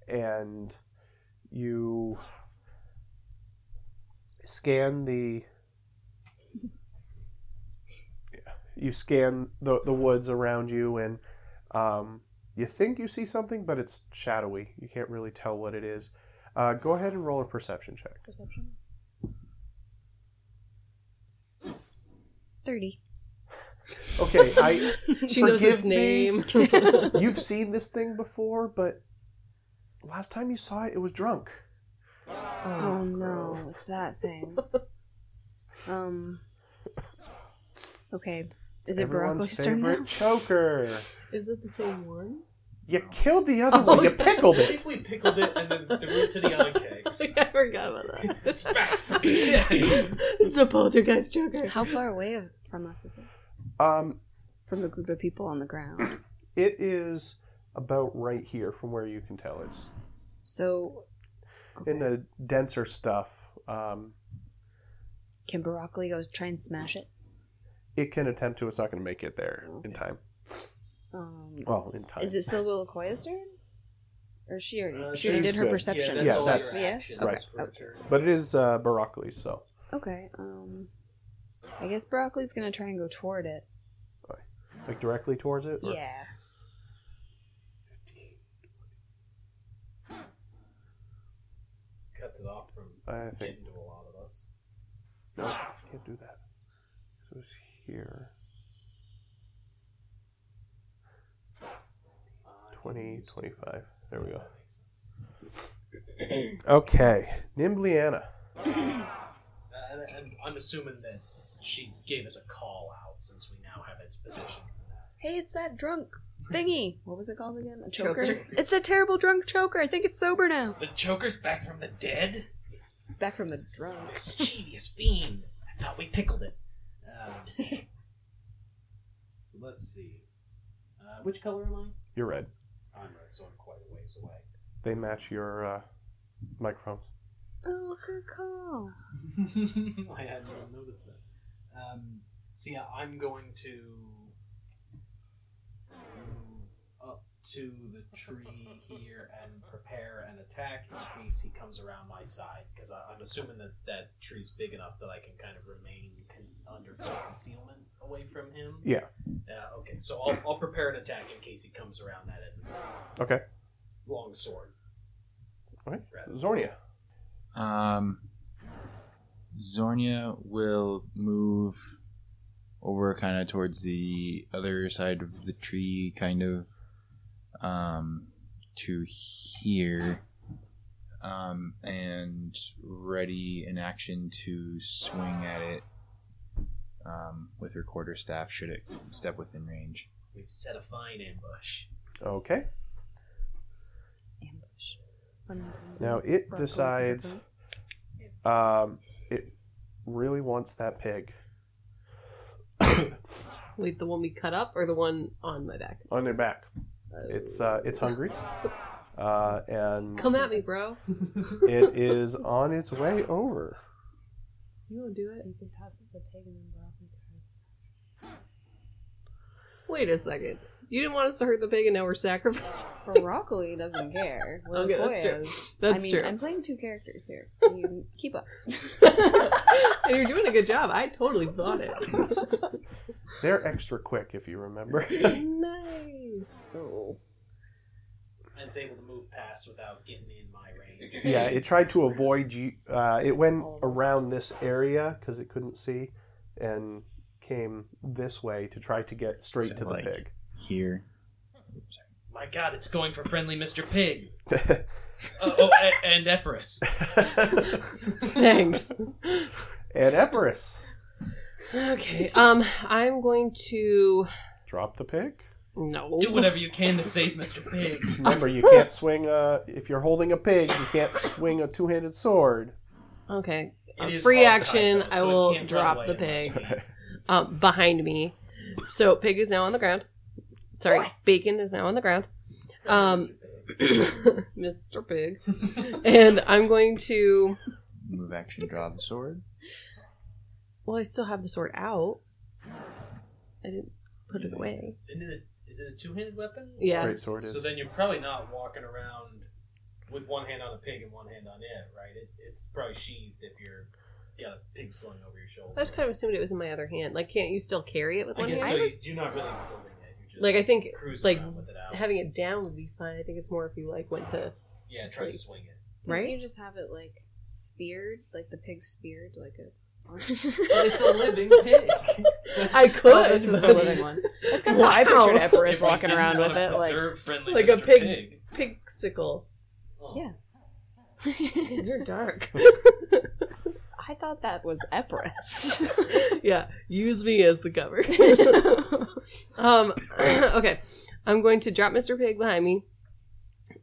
Speaker 2: and you scan the you scan the the woods around you and um, you think you see something but it's shadowy you can't really tell what it is uh, go ahead and roll a perception check
Speaker 3: Perception. Thirty.
Speaker 2: okay i
Speaker 6: She knows
Speaker 2: Forgive
Speaker 6: its
Speaker 2: me.
Speaker 6: name.
Speaker 2: you've seen this thing before but last time you saw it it was drunk
Speaker 3: Oh, no, it's that thing. um. Okay. Is it
Speaker 2: everyone's
Speaker 3: Barocco's turn now?
Speaker 2: favorite choker
Speaker 6: Is it the same one?
Speaker 2: you killed the
Speaker 3: Oh.
Speaker 6: Oh,
Speaker 2: other one you pickled
Speaker 4: I
Speaker 2: it
Speaker 4: think we pickled it and then threw it to the oven cakes.
Speaker 6: Oh, I forgot about that.
Speaker 4: It's back from the dead.
Speaker 6: it's a poltergeist joker.
Speaker 3: How far away from us is it?
Speaker 2: um,
Speaker 3: From the group of people on the ground.
Speaker 2: It is about right here from where you can tell. It's
Speaker 3: So,
Speaker 2: in the denser stuff. Um,
Speaker 3: can Broccoli go try and smash it?
Speaker 2: it can attempt to. It's not going to make it there in time.
Speaker 3: Um,
Speaker 2: Well, in time.
Speaker 3: is it still Willakoya's turn? Or she already?
Speaker 4: Uh,
Speaker 3: she already
Speaker 2: she's
Speaker 3: did her
Speaker 2: good.
Speaker 3: perception.
Speaker 4: Yeah,
Speaker 2: Yeah,
Speaker 4: that's all
Speaker 2: that's-
Speaker 4: your
Speaker 3: Yeah?
Speaker 4: actions
Speaker 2: Right.
Speaker 4: for a
Speaker 3: Okay.
Speaker 4: turn.
Speaker 2: But it is uh, Baroccoli, so
Speaker 3: Okay. Um, I guess Broccoli's gonna try and go toward it.
Speaker 2: like directly towards it. or-
Speaker 3: Yeah.
Speaker 4: Cuts it off from
Speaker 2: I think
Speaker 4: getting to a lot of us.
Speaker 2: no, can't do that. So it's here.
Speaker 4: Uh,
Speaker 2: 20, 25. There we go.
Speaker 4: That makes sense.
Speaker 2: Okay, Nimbliana.
Speaker 4: Uh, and, and I'm assuming that she gave us a call out since we now have its position.
Speaker 3: Hey, it's that drunk thingy. What was it called again? A choker.
Speaker 6: Choker.
Speaker 3: It's that terrible drunk choker. I think it's sober now.
Speaker 4: The Joker's back from the dead?
Speaker 3: Back from the drunk.
Speaker 4: Mischievous fiend! I thought we pickled it. Um, so let's see. Uh, which color am
Speaker 2: You're red.
Speaker 4: I? I'm red, so I'm quite a ways away.
Speaker 2: They match your uh, microphones.
Speaker 3: Oh, good call.
Speaker 4: I hadn't even noticed that. Um, so yeah, I'm going to move up to the tree here and prepare an attack in case he comes around my side. Because I'm assuming that that tree's big enough that I can kind of remain cons- under full concealment away from him.
Speaker 2: Yeah.
Speaker 4: Uh, okay, so I'll, I'll prepare an attack in case he comes around that end.
Speaker 2: Okay.
Speaker 4: Long sword.
Speaker 2: All right.
Speaker 4: Rather.
Speaker 2: Zornia.
Speaker 5: Um, Zornia will move over kind of towards the other side of the tree, kind of um, to here, um, and ready in action to swing at it um, with her quarterstaff should it step within range.
Speaker 4: We've set a fine ambush.
Speaker 2: Okay.
Speaker 3: Ambush.
Speaker 2: Now it decides um, it really wants that pig
Speaker 6: Wait, the one we cut up or the one on my back?
Speaker 2: on their back. It's uh, it's hungry, uh, and
Speaker 6: Come at me, bro.
Speaker 2: it is on its way over.
Speaker 6: You won't do it. You can toss it the pig and then broccoli cars. Wait a second. You didn't want us to hurt the pig, and now we're sacrificing.
Speaker 3: Broccoli doesn't care.
Speaker 6: Okay, that's true.
Speaker 3: Willakoya's-
Speaker 6: That's
Speaker 3: I mean,
Speaker 6: true.
Speaker 3: I'm playing two characters here. You keep up.
Speaker 6: and you're doing a good job. I totally bought it.
Speaker 2: They're extra quick, if you remember.
Speaker 6: nice. Oh.
Speaker 4: and it's able to move past without getting in my range.
Speaker 2: yeah, it tried to avoid you. Uh, it went around this area because it couldn't see, and came this way to try to get straight
Speaker 5: So,
Speaker 2: to the
Speaker 5: like-
Speaker 2: pig.
Speaker 5: Here.
Speaker 4: My God, it's going for friendly Mr. Pig.
Speaker 2: Thanks.
Speaker 4: Uh, oh, a- and Epirus.
Speaker 6: Thanks.
Speaker 2: and Epirus
Speaker 6: Okay. Um, I'm going to
Speaker 2: drop the pig.
Speaker 6: No.
Speaker 4: Do whatever you can to save Mr. Pig.
Speaker 2: Remember, you can't swing a. If you're holding a pig, you can't swing a two-handed sword.
Speaker 6: Okay.
Speaker 4: It
Speaker 6: Uh,
Speaker 4: is
Speaker 6: free
Speaker 4: hog
Speaker 6: action,
Speaker 4: tied, though,
Speaker 6: I
Speaker 4: so it
Speaker 6: will
Speaker 4: can't run
Speaker 6: drop
Speaker 4: away
Speaker 6: the
Speaker 4: unless
Speaker 6: pig.
Speaker 4: we-
Speaker 6: Um, behind me. So pig is now on the ground. Sorry, bacon is now on the ground. Um,
Speaker 4: Mr. Pig.
Speaker 6: Mr. Pig. and I'm going to.
Speaker 5: Move action, draw the sword.
Speaker 6: Well, I still have the sword out. I didn't put it away.
Speaker 4: Isn't it- Is it a two-handed weapon?
Speaker 6: Yeah.
Speaker 2: Great sword is.
Speaker 4: So then you're probably not walking around with one hand on a pig and one hand on it, right? It, it's probably sheathed if you're you got a pig slung over your shoulder.
Speaker 6: I just kind of assumed it was in my other hand. Like, can't you still carry it with
Speaker 4: I
Speaker 6: one
Speaker 4: guess
Speaker 6: hand?
Speaker 4: so.
Speaker 3: I was-
Speaker 4: you, you're not really building it. You're just
Speaker 6: Like, I think,
Speaker 4: cruising
Speaker 6: like,
Speaker 4: around with it out.
Speaker 6: Having it down would be fine. I think it's more if you like went to
Speaker 4: yeah, try
Speaker 6: like-
Speaker 4: to swing it.
Speaker 6: right.
Speaker 3: You just have it like speared, like the pig speared, like a.
Speaker 7: It's a living pig.
Speaker 6: I could,
Speaker 7: Oh, this is the
Speaker 6: but-
Speaker 7: living one. That's kind of
Speaker 6: Wow.
Speaker 7: how I pictured
Speaker 4: If
Speaker 7: Epirus
Speaker 4: we
Speaker 7: walking
Speaker 4: didn't
Speaker 7: around
Speaker 4: want
Speaker 7: with
Speaker 4: to
Speaker 7: it. Like,
Speaker 4: preserve friendly
Speaker 6: like a
Speaker 4: Mr.
Speaker 6: pig.
Speaker 4: pig.
Speaker 6: Pigsicle.
Speaker 4: Oh.
Speaker 7: Yeah.
Speaker 6: You're dark.
Speaker 7: I thought that was Epirus.
Speaker 6: yeah, use me as the cover. um, okay, I'm going to drop Mr. Pig behind me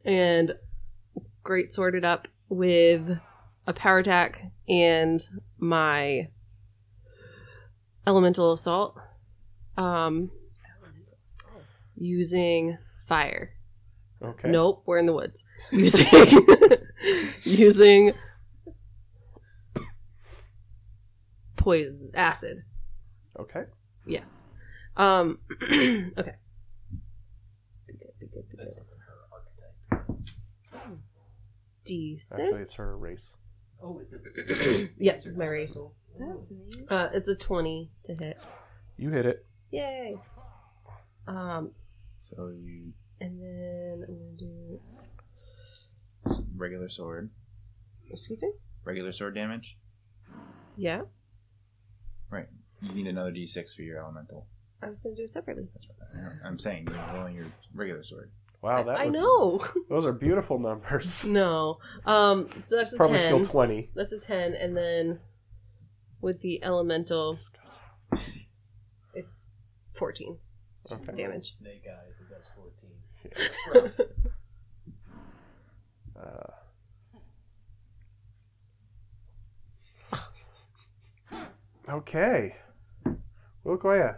Speaker 6: and great sort it up with a power attack and my elemental assault. Um, using fire.
Speaker 2: Okay.
Speaker 6: Nope, we're in the woods. Using using poison acid.
Speaker 2: Okay.
Speaker 6: Yes. Um okay.
Speaker 4: That's something her archetype. is.
Speaker 6: Decent.
Speaker 2: Actually, it's her race.
Speaker 4: Oh, is it?
Speaker 6: Yep, my race.
Speaker 3: That's neat.
Speaker 6: Uh it's a 20 to hit.
Speaker 2: You hit it.
Speaker 6: Yay. Um
Speaker 5: So you
Speaker 6: and then I'm going to do
Speaker 5: s- regular sword,
Speaker 6: Excuse me?
Speaker 5: regular sword damage.
Speaker 6: Yeah.
Speaker 5: Right. You need another d6 for your elemental.
Speaker 6: I was going to do it separately.
Speaker 5: That's what I- I'm saying. You're rolling your regular sword.
Speaker 2: Wow, Oh, that
Speaker 6: I
Speaker 2: was,
Speaker 6: know.
Speaker 2: Those are beautiful numbers.
Speaker 6: no. Um so that's a
Speaker 2: Probably
Speaker 6: 10.
Speaker 2: still twenty.
Speaker 6: That's a 10. And then with the elemental, it's 14.
Speaker 2: Okay.
Speaker 6: Damage.
Speaker 4: Snake eyes. It does fourteen. That's rough.
Speaker 2: Uh, okay. Wilcoya.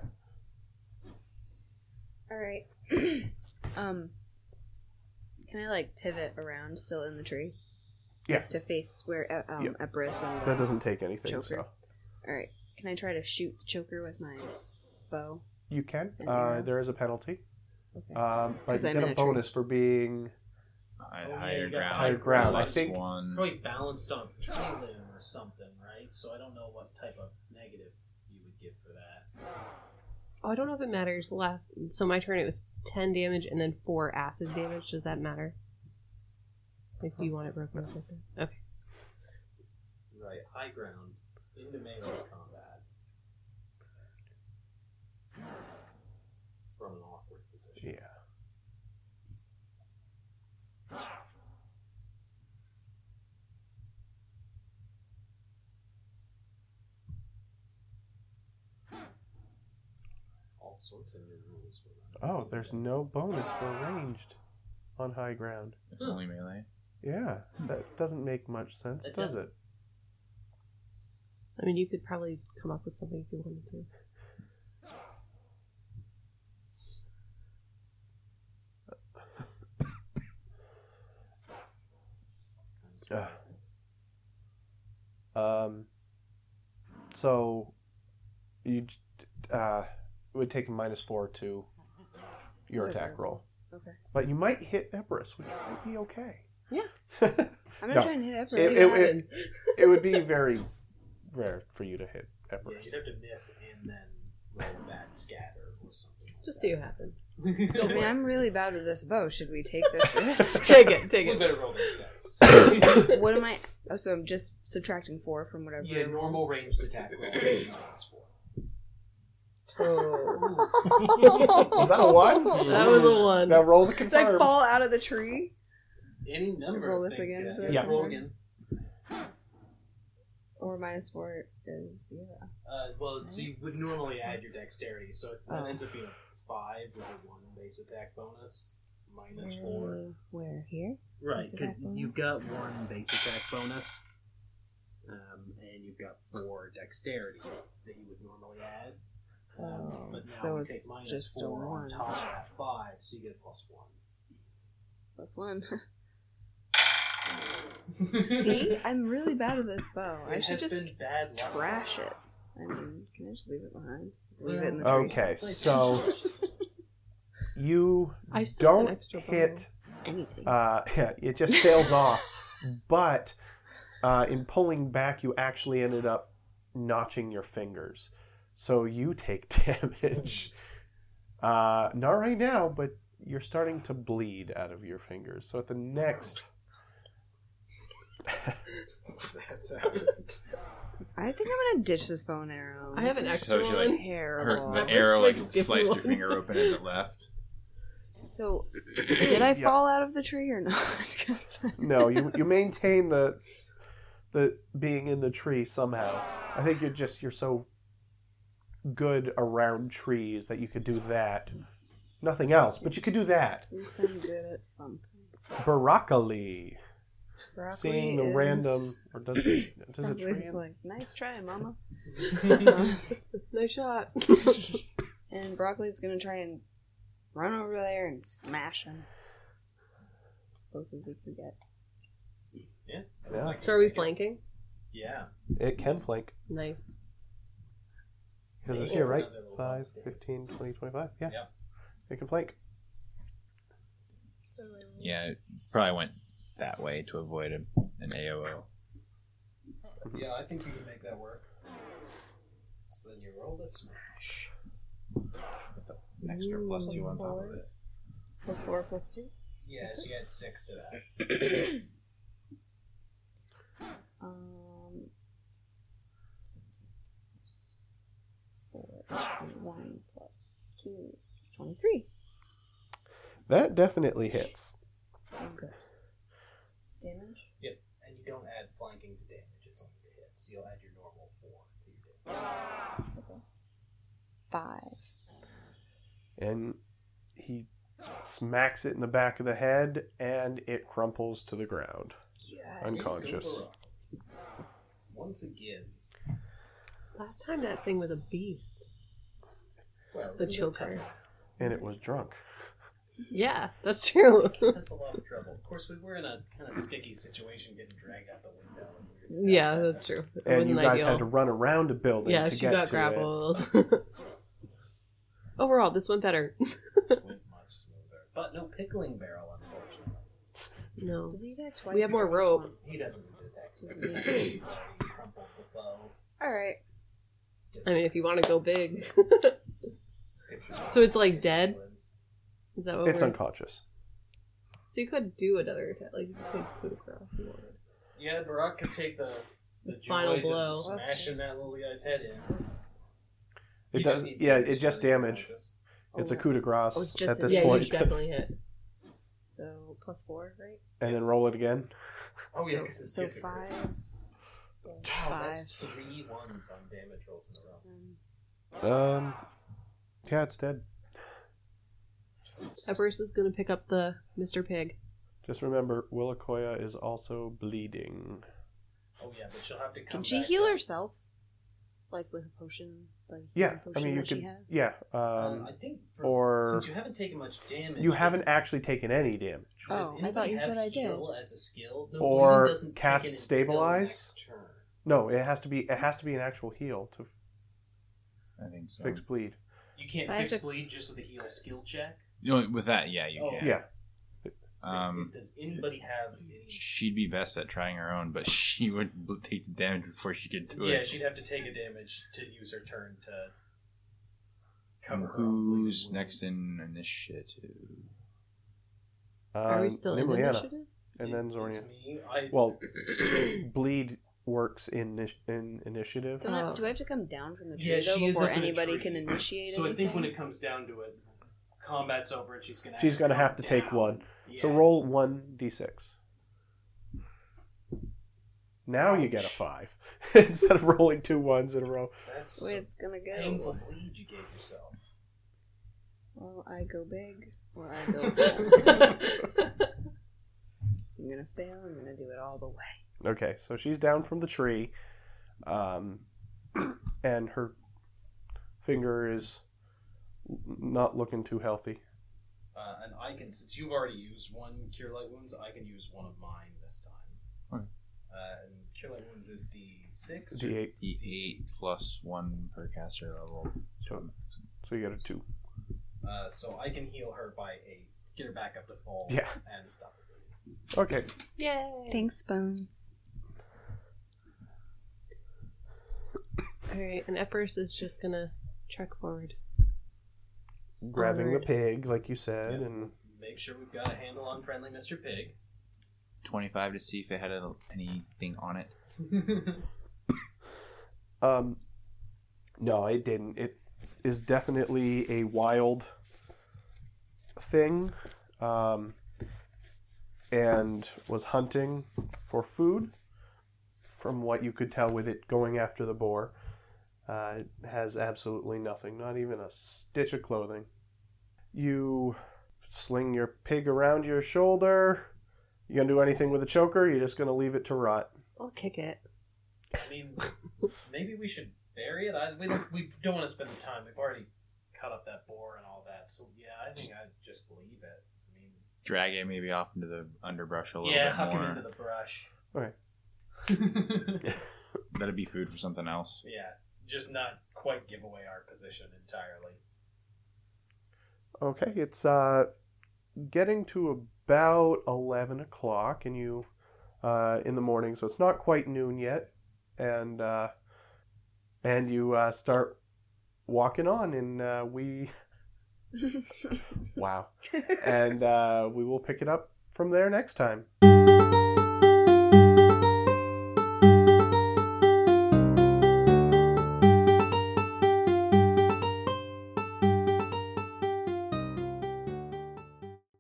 Speaker 3: All right. um, can I like pivot around still in the tree?
Speaker 2: Yeah.
Speaker 3: To face where uh, um
Speaker 2: Yeah.
Speaker 3: Epirus and the-
Speaker 2: That doesn't take anything.
Speaker 3: Joker.
Speaker 2: So
Speaker 3: All right. Can I try to shoot the choker with my bow?
Speaker 2: you can.
Speaker 3: An
Speaker 2: Uh,
Speaker 3: arrow.
Speaker 2: there is a penalty,
Speaker 3: Okay.
Speaker 2: um, but
Speaker 3: 'Cause
Speaker 2: you
Speaker 3: I'm
Speaker 2: get
Speaker 3: in
Speaker 2: a
Speaker 3: a tree.
Speaker 2: bonus for being.
Speaker 5: I
Speaker 4: Oh, yeah,
Speaker 5: higher
Speaker 4: you got Oh,
Speaker 5: ground.
Speaker 2: higher ground. I
Speaker 5: Plus
Speaker 2: think-
Speaker 5: one.
Speaker 4: probably balanced on a tree limb or something, right? So I don't know what type of negative you would get for that.
Speaker 6: Oh, I don't know if it matters. Last, so my turn it was ten damage and then four acid damage. Does that matter? Like, do you want it broken up like that? Okay.
Speaker 4: Right, high ground into melee combat from an awkward
Speaker 2: Yeah.
Speaker 4: position. All sorts of new rules. were running.
Speaker 2: Oh, there's no bonus for ranged on high ground.
Speaker 5: It's only melee.
Speaker 2: Yeah, that doesn't make much sense,
Speaker 4: It
Speaker 2: does
Speaker 4: doesn't.
Speaker 2: it?
Speaker 6: I mean, you could probably come up with something if you wanted to.
Speaker 2: Ugh. Um, so you j- uh, it would take a minus four to your attack roll,
Speaker 3: Okay.
Speaker 2: but you might hit Epirus, which might be okay.
Speaker 6: Yeah.
Speaker 2: it,
Speaker 3: I'm gonna
Speaker 2: No.
Speaker 3: try and hit Epirus.
Speaker 2: it, it, it would be very rare for you to hit
Speaker 4: Yeah,
Speaker 2: Epirus.
Speaker 4: you'd have to miss and then roll back scatter or something. Like
Speaker 6: Just see
Speaker 4: that.
Speaker 6: what happens.
Speaker 3: I mean, I'm really bad with this bow. Should we take this risk?
Speaker 6: take it. Take
Speaker 4: We
Speaker 6: it.
Speaker 4: better roll those dice.
Speaker 3: what am I? Oh, so I'm just subtracting four from whatever.
Speaker 4: yeah,
Speaker 3: I roll.
Speaker 4: normal ranged attack roll. minus four.
Speaker 6: Oh.
Speaker 2: Was that a one?
Speaker 6: That was a one.
Speaker 2: Now roll the
Speaker 3: Did I
Speaker 2: confirm.
Speaker 3: fall out of the tree?
Speaker 4: Any number.
Speaker 3: Roll
Speaker 4: of
Speaker 3: this
Speaker 4: things
Speaker 3: again,
Speaker 4: could
Speaker 3: do
Speaker 4: happen.
Speaker 3: I
Speaker 2: Yeah.
Speaker 4: Roll again.
Speaker 3: Or minus four is yeah.
Speaker 4: Uh, well, so you would normally add your dexterity, so it
Speaker 3: Oh.
Speaker 4: ends up being a five with a one base attack bonus, minus four.
Speaker 7: Where here?
Speaker 4: Right,
Speaker 7: Base
Speaker 4: 'cause
Speaker 7: attack bonus?
Speaker 4: you've got one base attack bonus, um, and you've got four dexterity that you would normally add. Um,
Speaker 7: Oh,
Speaker 4: but now
Speaker 7: so
Speaker 4: you
Speaker 7: it's
Speaker 4: take minus
Speaker 7: just a
Speaker 4: four
Speaker 7: one.
Speaker 4: on top of that five, so you get a plus one.
Speaker 3: Plus one. See, I'm really bad at this bow. I
Speaker 4: It
Speaker 3: should
Speaker 4: has
Speaker 3: just
Speaker 4: been bad luck.
Speaker 3: trash it. I mean, can I just leave it behind? Leave it in the tree.
Speaker 2: Okay, so you
Speaker 7: I still have an
Speaker 2: don't
Speaker 7: extra bow.
Speaker 2: hit.
Speaker 3: Anything.
Speaker 2: Uh, yeah, it just sails off. But uh, in pulling back, you actually ended up notching your fingers, so you take damage. Uh, not right now, but you're starting to bleed out of your fingers. So at the next,
Speaker 4: That's happened.
Speaker 3: I think I'm gonna ditch this bow and arrow.
Speaker 6: I have
Speaker 3: This
Speaker 6: an
Speaker 3: is
Speaker 6: extra
Speaker 8: So she,
Speaker 6: one.
Speaker 8: like-
Speaker 3: terrible.
Speaker 8: Her, the arrow like
Speaker 6: Looks like
Speaker 8: sliced your
Speaker 6: different.
Speaker 8: finger open as it left.
Speaker 3: So, did I
Speaker 2: Yep.
Speaker 3: fall out of the tree or not? 'Cause I-
Speaker 2: no, you you maintain the the being in the tree somehow. I think you're just you're so good around trees that you could do that. Nothing else, but you could do that.
Speaker 3: at least I'm good at something.
Speaker 2: Broccoli.
Speaker 3: Broccoli
Speaker 2: Seeing the
Speaker 3: is
Speaker 2: random or does it does it
Speaker 3: Broccoli's
Speaker 2: tree?
Speaker 3: like, nice try, mama.
Speaker 6: Nice shot.
Speaker 3: and broccoli's gonna try and run over there and smash him as close as he can get.
Speaker 2: Yeah.
Speaker 6: so are we flanking?
Speaker 4: Yeah.
Speaker 2: It can flank.
Speaker 6: Nice.
Speaker 2: Because it's
Speaker 4: Yeah,
Speaker 2: here,
Speaker 4: it's
Speaker 2: right?
Speaker 4: another little
Speaker 2: 5,
Speaker 4: upstairs.
Speaker 2: 15, 20, 25. Yeah.
Speaker 4: Yep.
Speaker 2: It can flank.
Speaker 8: Yeah, it probably went that way to avoid a, an AOO.
Speaker 4: Yeah, I think you can make that work. So then you roll the smash.
Speaker 8: An extra plus two on top of it.
Speaker 3: Plus four, plus two.
Speaker 4: Yes, you add six to that.
Speaker 3: Um, four, plus one, plus two, is twenty-three.
Speaker 2: That definitely hits.
Speaker 3: Okay. Damage.
Speaker 4: Yep. And you don't add flanking to damage, it's only to hits. You'll add your normal four to your damage.
Speaker 3: Five.
Speaker 2: and he smacks it in the back of the head and it crumples to the ground
Speaker 3: Yes.
Speaker 2: unconscious
Speaker 4: Once again.
Speaker 6: Last time that thing was a beast.
Speaker 4: Well,
Speaker 6: The choker.
Speaker 2: and it was drunk
Speaker 6: Yeah, that's true.
Speaker 4: That's a lot of trouble. Of course, we were in a kind of sticky situation getting dragged out the window. And weird stuff
Speaker 6: yeah,
Speaker 4: like
Speaker 6: that's
Speaker 4: that.
Speaker 6: true. It
Speaker 2: and
Speaker 6: wasn't
Speaker 2: you guys
Speaker 6: ideal.
Speaker 2: had to run around a building
Speaker 6: yeah,
Speaker 2: to
Speaker 6: she
Speaker 2: get
Speaker 6: got
Speaker 2: to it
Speaker 6: grappled. Overall, this went better.
Speaker 4: This went much smoother. But no pickling barrel, unfortunately.
Speaker 6: No.
Speaker 3: Does he attack twice?
Speaker 6: We have more
Speaker 3: or just
Speaker 6: rope.
Speaker 3: one?
Speaker 4: He doesn't need to attack.
Speaker 3: Doesn't
Speaker 4: because
Speaker 3: need to.
Speaker 4: He's already crumpled the foe.
Speaker 3: All right.
Speaker 6: I mean, if you want to go big.
Speaker 4: Picture
Speaker 6: So it's, like, dead? Is that what
Speaker 2: it's
Speaker 6: we're...
Speaker 2: unconscious
Speaker 6: So you could do another attack. Like, you could put a cross if you wanted.
Speaker 4: Yeah, Barack could take the, the
Speaker 6: Final
Speaker 4: joys
Speaker 6: blow.
Speaker 4: of smashing that little guy's head in.
Speaker 2: it
Speaker 4: You just
Speaker 2: does
Speaker 4: need
Speaker 2: yeah
Speaker 4: damage,
Speaker 2: it just
Speaker 4: not
Speaker 2: damage
Speaker 4: unconscious.
Speaker 2: it's a
Speaker 3: Oh,
Speaker 2: coup de grace
Speaker 3: Oh, it's just
Speaker 2: at this
Speaker 3: a-
Speaker 6: yeah,
Speaker 2: point.
Speaker 6: you definitely hit.
Speaker 3: So plus four, right?
Speaker 2: and then roll it again
Speaker 4: Oh, yeah, because it's
Speaker 3: So
Speaker 4: gets a crit.
Speaker 3: five. Yeah,
Speaker 4: Wow,
Speaker 3: Five.
Speaker 4: that's three ones on damage rolls in a row.
Speaker 3: Um,
Speaker 2: um yeah it's dead
Speaker 6: Everest is going to pick up the Mr. Pig.
Speaker 2: just remember willakoya is also bleeding
Speaker 4: Oh, yeah, but she'll have to come
Speaker 3: Can she
Speaker 4: back
Speaker 3: heal
Speaker 4: up.
Speaker 3: herself? Like with a potion, like
Speaker 2: yeah
Speaker 3: healing potion
Speaker 2: i mean you
Speaker 3: that she
Speaker 2: could
Speaker 3: has?
Speaker 2: yeah
Speaker 4: Um,
Speaker 2: um
Speaker 4: I think for,
Speaker 2: or
Speaker 4: since you haven't taken much damage,
Speaker 2: you
Speaker 4: does-
Speaker 2: haven't actually taken any damage
Speaker 4: does
Speaker 3: Oh, I
Speaker 4: anybody
Speaker 3: thought you
Speaker 4: have
Speaker 3: said I did.
Speaker 4: heal As a skill, No,
Speaker 2: Or
Speaker 4: healing doesn't kick
Speaker 2: cast
Speaker 4: in until
Speaker 2: stabilize?
Speaker 4: next turn.
Speaker 2: No, it has to be. It has to be an actual heal to
Speaker 5: I think so.
Speaker 2: fix bleed.
Speaker 4: You can't
Speaker 3: I have
Speaker 4: fix
Speaker 3: to-
Speaker 4: bleed just with a heal skill check.
Speaker 8: You know, with that, yeah, you
Speaker 4: Oh.
Speaker 8: can.
Speaker 2: Yeah,
Speaker 8: Um,
Speaker 4: does anybody have any?
Speaker 8: she'd be best at trying her own, but she would bl- take the damage before she could do
Speaker 4: Yeah,
Speaker 8: it.
Speaker 4: she'd have to take a damage to use her turn to cover. her own bleeding
Speaker 8: Who's
Speaker 4: wound.
Speaker 8: next in initiative?
Speaker 6: Are
Speaker 2: Um,
Speaker 6: we still in
Speaker 2: Nimliana,
Speaker 6: initiative?
Speaker 2: and then
Speaker 4: It's
Speaker 2: Zornia.
Speaker 4: me. I,
Speaker 2: Well, bleed works in ini- in initiative.
Speaker 3: Don't I,
Speaker 6: Oh.
Speaker 3: do I have to come down from the tree
Speaker 4: Yeah,
Speaker 3: though
Speaker 4: she is
Speaker 3: before
Speaker 4: up in a
Speaker 3: anybody
Speaker 4: tree.
Speaker 3: can initiate
Speaker 4: so I
Speaker 3: anything?
Speaker 4: think when it comes down to it, combat's over, and she's gonna.
Speaker 2: She's
Speaker 4: gonna
Speaker 2: gonna have to take one. So
Speaker 4: Yeah.
Speaker 2: roll one d six. Now you get a five instead of rolling two ones in a row.
Speaker 4: That's
Speaker 3: the way
Speaker 4: some
Speaker 3: it's gonna go.
Speaker 4: painful bleed you gave yourself.
Speaker 3: Well, I go big or I go down. I'm gonna fail. I'm gonna do it all the way.
Speaker 2: Okay, so she's down from the tree, um, and her finger is not looking too healthy.
Speaker 4: Uh, and I can, since you've already used one Cure Light Wounds, I can use one of mine this time.
Speaker 8: Okay.
Speaker 4: Uh, and Cure Light Wounds is D6. or-
Speaker 2: D8,
Speaker 8: The eight plus one per caster level.
Speaker 4: Hmm.
Speaker 8: So
Speaker 2: so you got a two.
Speaker 4: Uh, so I can heal her by eight, get her back up to full,
Speaker 2: Yeah.
Speaker 4: and stop her bleeding.
Speaker 2: Okay,
Speaker 6: Yay.
Speaker 3: Thanks, Bones.
Speaker 6: All right, and Epirus is just gonna trek forward.
Speaker 2: grabbing the
Speaker 6: Alright.
Speaker 2: pig, like you said,
Speaker 4: Yeah.
Speaker 2: and
Speaker 4: Make sure we've got a handle on friendly Mr. Pig.
Speaker 8: twenty-five to see if it had a, anything on it.
Speaker 2: um, no, it didn't. It is definitely a wild thing, um, and was hunting for food. From what you could tell, with it going after the boar, uh, it has absolutely nothing, not even a stitch of clothing. You sling your pig around your shoulder. You gonna do anything with a choker? You're just gonna leave it to rot.
Speaker 6: I'll kick it.
Speaker 4: I mean, maybe we should bury it. I, we, don't, we don't want to spend the time. We've already cut up that boar and all that. So yeah, I think I'd just leave it. I mean,
Speaker 8: Drag it maybe off into the underbrush a little
Speaker 4: yeah,
Speaker 8: bit
Speaker 4: huck it into
Speaker 8: more.
Speaker 4: the brush.
Speaker 2: Okay.
Speaker 8: That'd be food for something else.
Speaker 4: yeah, just not quite give away our position entirely.
Speaker 2: Okay, it's uh, getting to about 11 o'clock and you uh, in the morning, so it's not quite noon yet. And uh, and you uh, start walking on, and uh, we wow, and uh, we will pick it up from there next time.